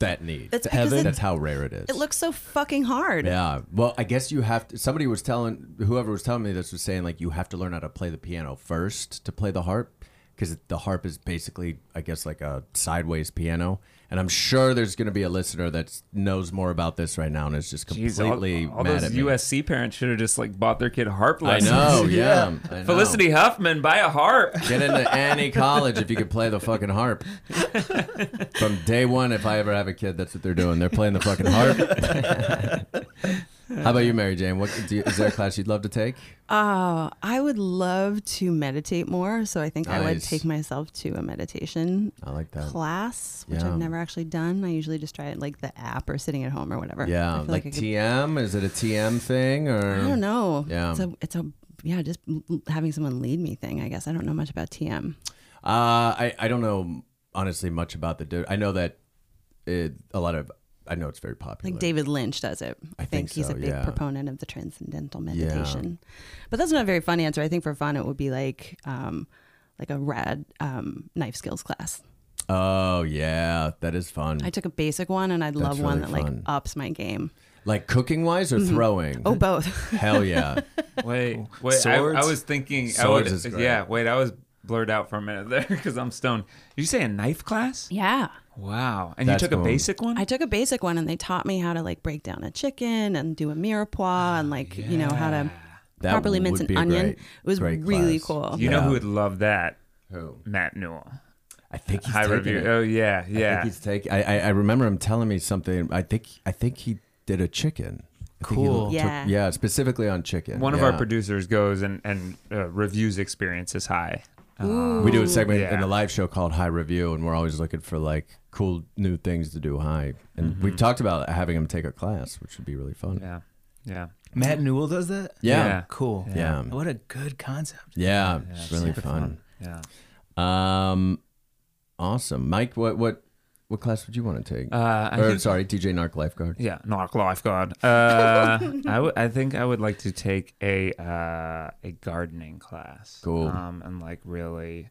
A: that need.
E: That's because Heaven? it-
A: That's how rare it is.
E: It looks so fucking hard.
A: Yeah. Well, I guess you have to. Somebody was telling, whoever was telling me this was saying, like, you have to learn how to play the piano first to play the harp because the harp is basically, I guess, like a sideways piano. And I'm sure there's going to be a listener that knows more about this right now and is just
B: Jeez,
A: completely
B: all, all
A: mad
B: those
A: at me.
B: USC parents should have just like bought their kid harp
A: I
B: lessons.
A: know. Yeah. I know.
B: Felicity Huffman, buy a harp.
A: Get into any college if you could play the fucking harp. From day one, if I ever have a kid, that's what they're doing. They're playing the fucking harp. How about you, Mary Jane? What do you, is there a class you'd love to take?
E: Oh, I would love to meditate more. So I think I would
A: Nice.
E: take myself to a meditation
A: I like that.
E: class, which
A: Yeah.
E: I've never actually done. I usually just try it like the app or sitting at home or whatever. I
A: Yeah,
E: feel
A: like,
E: I could-
A: TM. Is it a TM thing or?
E: I don't know.
A: Yeah.
E: It's a, it's a, yeah, just l- l- having someone lead me thing, I guess. I don't know much about TM.
A: Uh, I I don't know honestly much about the. Di- I know that it, a lot of. I know it's very popular.
E: Like David Lynch does it. I
A: think
E: he's
A: so,
E: a big
A: yeah.
E: proponent of the transcendental meditation. But that's not a very fun answer. I think for fun it would be like um like a rad um, knife skills class.
A: Oh yeah, that is fun.
E: I took a basic one and I'd love
A: really
E: one that like
A: fun.
E: ups my game.
A: like cooking wise or throwing.
E: Oh, both.
A: Hell yeah!
B: Wait, wait. I, I
C: Swords?
B: was thinking.
A: Swords
B: I would,
A: is great.
B: Yeah, wait. I was blurred out for a minute there because I'm stoned. Did you say a knife class?
E: yeah.
B: Wow. And
A: That's
B: you took
A: cool.
B: a basic one.
E: I took a basic one and they taught me how to like break down a chicken and do a mirepoix and like, you know, how to
A: Ah, That
E: properly
A: would
E: mince an
A: be a
E: onion.
A: great-
E: it was
A: great
E: really
A: class.
E: cool.
B: you know who would love that?
A: Who?
B: Matt Newell.
A: I think he's
B: High
A: taking
B: review.
A: it.
B: Oh yeah, yeah.
A: I think he's taking. I, I I remember him telling me something. I think I think he did a chicken. I think he
C: Cool.
A: took-
E: Yeah.
A: yeah, specifically on chicken.
B: one of our
A: Yeah.
B: producers goes and and uh, reviews experience is high. Uh,
A: We do a segment
B: Yeah.
A: in the live show called High Review, and we're always looking for like cool new things to do high. And we've talked about having him take a class, which would be really fun. Yeah.
B: Mm-hmm. yeah, yeah.
C: Matt Newell does that.
A: Yeah.
C: Cool. Oh,
A: Yeah.
C: What a good concept.
A: it's really fun.
B: Yeah.
A: Um, awesome. Mike, what, what, what class would you want to take?
B: Uh, I
A: or,
B: think-
A: sorry, DJ Narc Lifeguard.
B: Yeah, not lifeguard. Uh, I, w- I think I would like to take a uh, a gardening class.
A: Cool.
B: Um, and like really,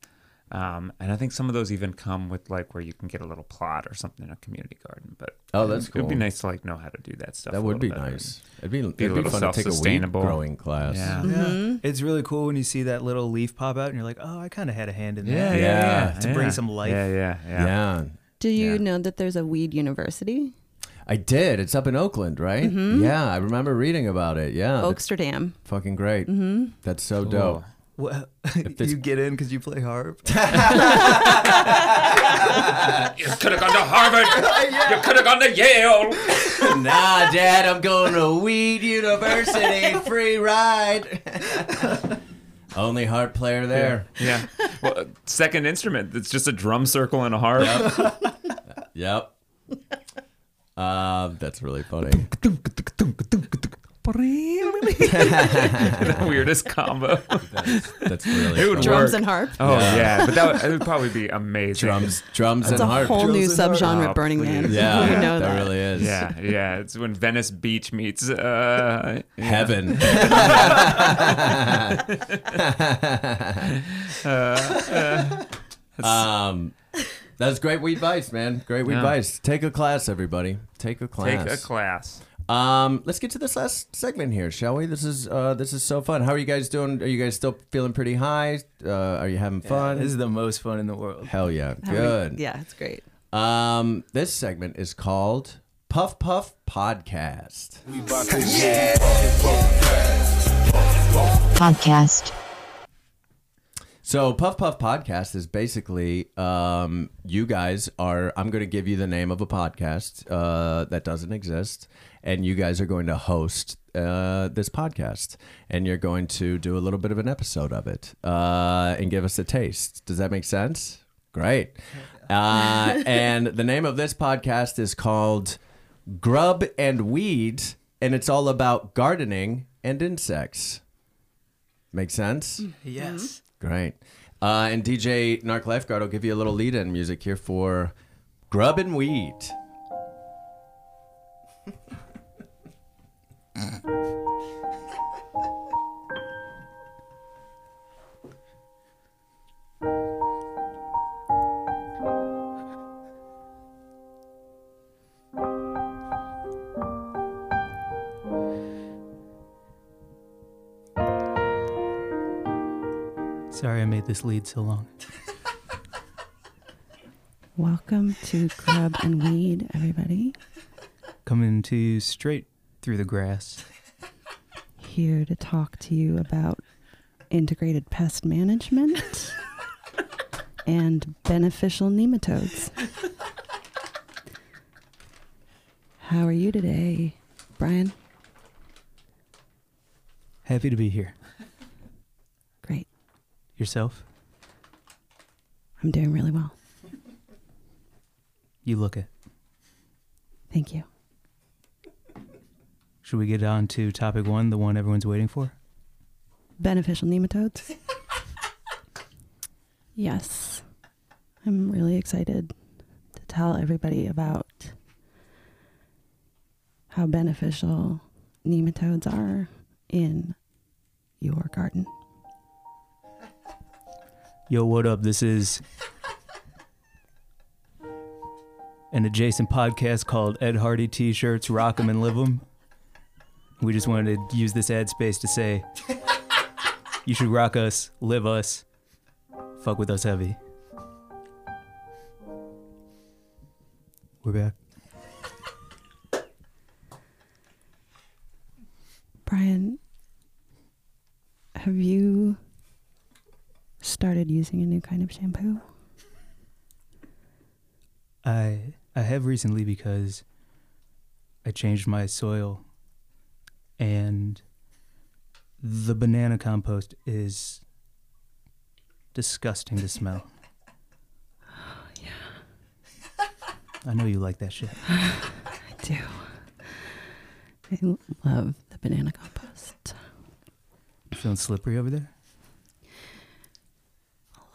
B: um, and I think some of those even come with like where you can get a little plot or something in a community garden. But
A: Oh, that's
B: It'd
A: cool.
B: be nice to like know how to do that stuff. a
A: That would
B: little
A: be
B: better.
A: nice. It'd be,
B: Be a
A: it'd be
B: little
A: fun to take a weed
B: self-sustainable.
A: growing class.
B: Yeah.
C: Yeah. It's really cool when you see that little leaf pop out, and you're like, oh, I kind of had a hand in that.
B: Yeah, yeah,
A: Yeah.
B: yeah,
C: To
B: yeah.
C: bring some life.
B: Yeah, yeah, yeah.
A: Yeah.
E: Do you
B: Yeah.
E: know that there's a weed university?
A: I did. It's up in Oakland, right?
E: Mm-hmm.
A: Yeah. I remember reading about it. Yeah. that's
E: Oaksterdam.
A: fucking great. That's so dope.
C: What? you get in because you play harp?
B: You could have gone to Harvard. You could have gone to Yale.
A: nah, Dad, I'm going to Weed University. Free ride. Only harp player there.
B: Yeah. Well, uh, second instrument. It's just a drum circle and a harp.
A: Yep. Uh, that's really funny.
B: the weirdest combo.
A: That's really
B: It would
A: funny.
E: Drums
B: work.
E: and harp.
B: Oh yeah. but that would, it would probably be amazing.
A: drums, drums
E: It's
A: and
E: a
A: harp.
E: whole new subgenre,
B: Oh,
E: Burning
B: please.
E: Man.
A: yeah,
E: you know
A: that,
E: that.
A: really is.
B: Yeah, yeah. It's when Venice Beach meets uh,
A: Heaven. Uh, uh, um, that's great weed advice, man. Great weed
B: Yeah.
A: advice. Take a class, everybody. Take a
B: Take
A: class.
B: a class.
A: Um, let's get to this last segment here, shall we? This is uh, this is so fun. How are you guys doing? Are you guys still feeling pretty high? Uh, are you having fun?
C: This is the most fun in the world.
A: Hell yeah,
E: How many-
A: good.
E: Yeah, it's great.
A: Um, this segment is called Puff Puff Podcast.
H: podcast,
A: So Puff Puff Podcast is basically um, you guys are. I'm going to give you the name of a podcast uh, that doesn't exist, and you guys are going to host uh, this podcast, and you're going to do a little bit of an episode of it uh, and give us a taste. Does that make sense? Great. Uh, and the name of this podcast is called Grub and Weed, and it's all about gardening and insects. Make sense?
C: Yes.
A: Great. Uh, and DJ Narc Lifeguard will give you a little lead in music here for Grub and Weed.
C: Sorry I made this lead so long.
E: Welcome to Grub and Weed, everybody.
C: Coming to you straight through the grass.
E: Here to talk to you about integrated pest management and beneficial nematodes. How are you today, Brian?
C: Happy to be here.
E: Great.
C: Yourself?
E: I'm doing really well.
C: You look it.
E: Thank you.
C: Should we get on to topic one, the one everyone's waiting for?
E: beneficial nematodes? yes. I'm really excited to tell everybody about how beneficial nematodes are in your garden.
C: Yo, what up? This is an adjacent podcast called Ed Hardy T shirts, Rock 'em and Live 'em. We just wanted to use this ad space to say you should rock us, live us, fuck with us heavy. We're back.
E: Brian, have you started using a new kind of shampoo?
C: I I have recently because I changed my soil and the banana compost is disgusting to smell. yeah. I know you like that shit.
E: I do. I love the banana compost.
C: You feeling slippery over there?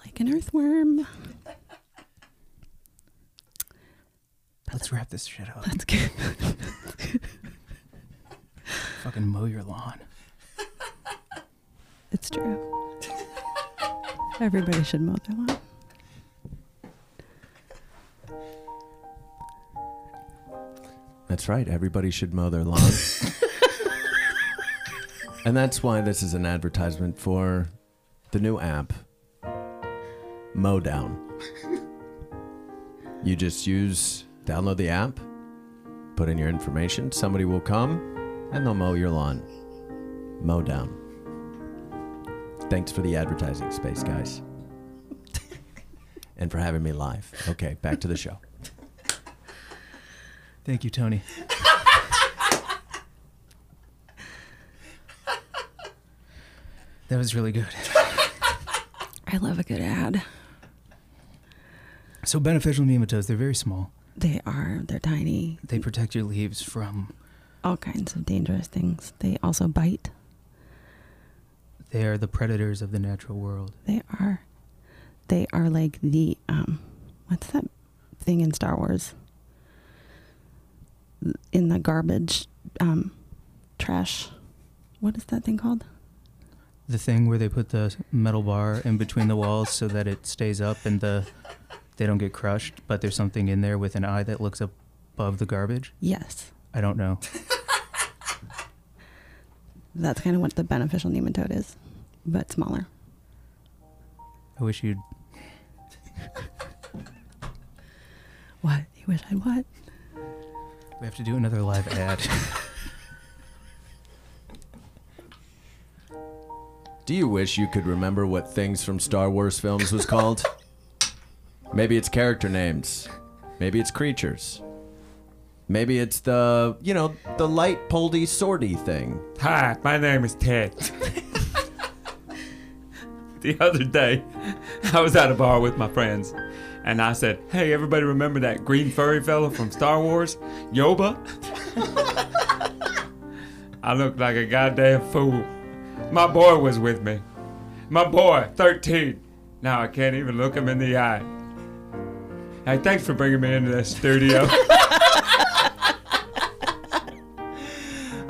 E: Like an earthworm.
C: Let's wrap this shit up.
E: That's good.
C: Fucking mow your lawn.
E: It's true. Everybody should mow their lawn.
A: That's right. Everybody should mow their lawn. and that's why this is an advertisement for the new app, Mowdown. You just use, download the app, put in your information, somebody will come, and they'll mow your lawn. Mowdown. Thanks for the advertising space, guys. and for having me live. Okay, back to the show.
C: Thank you, Tony. that was really good.
E: I love a good ad.
C: So beneficial nematodes, they're very small.
E: They are, they're tiny,
C: They protect your leaves from
E: all kinds of dangerous things. They also bite.
C: they are the predators of the natural world.
E: They are, they are like the, um, what's that thing in Star Wars? In the garbage, um, trash. What is that thing called?
C: The thing where they put the metal bar in between the walls so that it stays up and the they don't get crushed, but there's something in there with an eye that looks above the garbage.
E: Yes.
C: I don't know.
E: That's kind of what the beneficial nematode is, but smaller.
C: I wish you'd
E: What? You wish I'd what?
C: we have to do another live ad.
A: Do you wish you could remember what things from Star Wars films was called? Maybe it's character names. Maybe it's creatures. Maybe it's the, you know, the light poldy sorty thing.
B: Hi, my name is Ted. the other day, I was at a bar with my friends, and I said, Hey, everybody, remember that green furry fella from Star Wars? Yoba? I looked like a goddamn fool. My boy was with me. My boy, 13. Now I can't even look him in the eye. Hey, thanks for bringing me into this studio.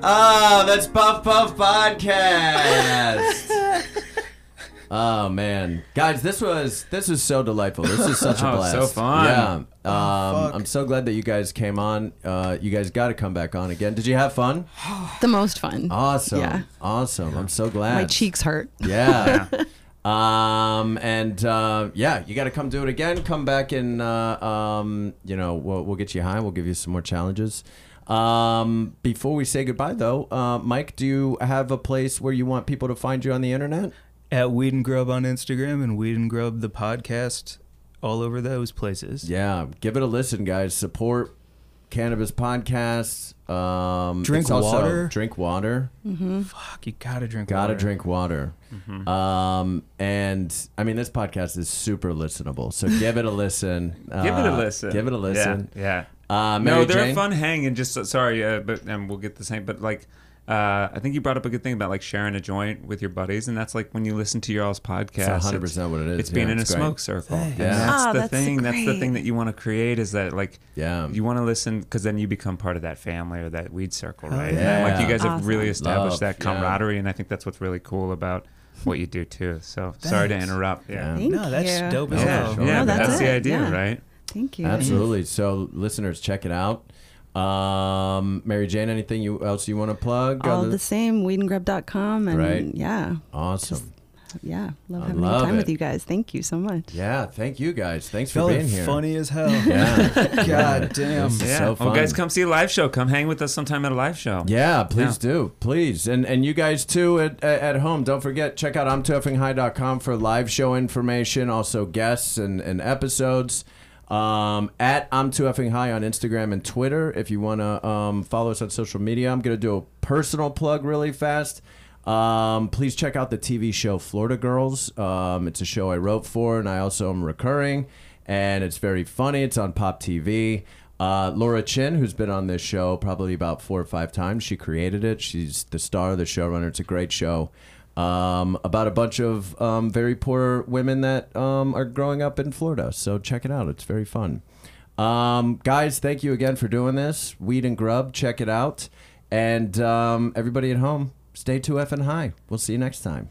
A: Oh, that's Puff Puff Podcast. oh man, guys, this was this was so delightful. This is such a
B: Oh,
A: blast.
B: so fun. Oh,
A: Yeah, um, I'm so glad that you guys came on. Uh, you guys got to come back on again. Did you have fun?
E: The most fun.
A: Awesome.
E: Yeah.
A: Awesome. I'm so glad.
E: My cheeks hurt.
A: Yeah. um and uh, yeah, you got to come do it again. Come back and uh, um you know we'll, we'll get you high. We'll give you some more challenges. Um, before we say goodbye though, uh, Mike, do you have a place where you want people to find you on the internet?
C: At Weed and Grub on Instagram and Weed and Grub the podcast all over those places.
A: Yeah, give it a listen, guys. Support cannabis podcasts. Um,
C: Drink
A: it's also-
C: water.
A: Drink water.
C: Fuck, you gotta drink
A: Gotta
C: water.
A: drink water.
B: Mm-hmm.
A: Um, and I mean, this podcast is super listenable, so give it a listen.
B: Give it a
A: Uh,
B: listen.
A: Give it a listen.
B: Yeah. yeah.
A: Uh, Mary
B: no, they're
A: Jane?
B: a fun hang and just sorry, uh, but and we'll get the same. But like, uh, I think you brought up a good thing about like sharing a joint with your buddies, and that's like when you listen to your all's podcast.
A: 100% what it is.
B: It's being
A: Yeah,
B: in
A: it's
B: a
A: great.
B: smoke circle. And
A: Yeah.
B: that's
E: Ah,
B: the
E: that's
B: thing. That's the
E: great.
B: thing that you want to create is that like
A: Yeah.
B: you want to listen because then you become part of that family or that weed circle, right?
A: yeah.
B: And, like you guys have
E: Awesome.
B: really established
A: Love, yeah.
B: that camaraderie, and I think that's what's really cool about what you do too. So sorry to
C: Thanks.
B: interrupt. Yeah.
E: Thank
C: No, that's
E: you.
C: dope as
B: Yeah,
C: hell.
A: sure.
B: yeah,
A: No,
B: but
A: that's
B: that's, the
E: it.
B: idea,
E: Yeah.
B: right?
E: Thank you.
A: Absolutely. So, listeners, check it out. Um, Mary Jane, anything you else you want to plug?
E: All
A: Other-
E: the same, weedandgrub.com. And
A: Right.
E: yeah,
A: awesome.
E: yeah. Love
A: I
E: having a
A: love
E: good time with
A: it.
E: you guys. Thank you so much.
A: Yeah, thank you guys. Thanks
C: Y'all
A: for
C: are
A: being here.
C: funny as hell.
A: Yeah.
C: God damn.
A: This is
B: Yeah.
A: so
B: Well,
A: fun.
B: guys, come see a live show. Come hang with us sometime at a live show.
A: Yeah, please do, please, and and you guys too at at home. Don't forget, check out imtoffinghigh.com for live show information, also guests and and episodes. Um, at I'm Too Effing High on Instagram and Twitter. If you want to um, follow us on social media, I'm gonna do a personal plug really fast. Um, please check out the TV show Florida Girls. Um, it's a show I wrote for, and I also am recurring, and it's very funny. It's on Pop TV. Uh, Laura Chin, who's been on this show probably about four or five times, she created it. She's the star, the showrunner. It's a great show um, about a bunch of um, very poor women that um, are growing up in Florida. So check it out. It's very fun. Um, guys, thank you again for doing this. Weed and Grub, check it out. And um, everybody at home, stay 2F and high. We'll see you next time.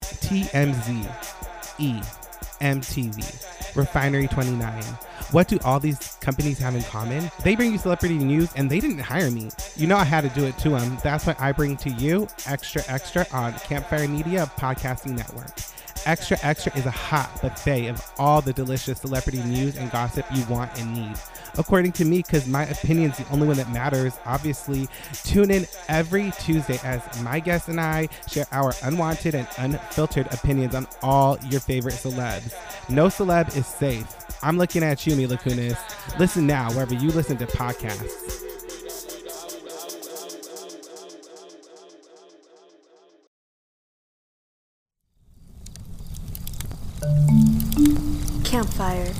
H: TMZ, E, MTV, Refinery 29, What do all these companies have in common? They bring you celebrity news and they didn't hire me. You know I had to do it to them. That's what I bring to you Extra Extra on Campfire Media Podcasting Network. Extra Extra is a hot buffet of all the delicious celebrity news and gossip you want and need. According to me, because my opinion's the only one that matters, obviously, tune in every Tuesday as my guests and I share our unwanted and unfiltered opinions on all your favorite celebs. No celeb is safe. I'm looking at you, Mila Kunis. Listen now, wherever you listen to podcasts.
I: Campfire.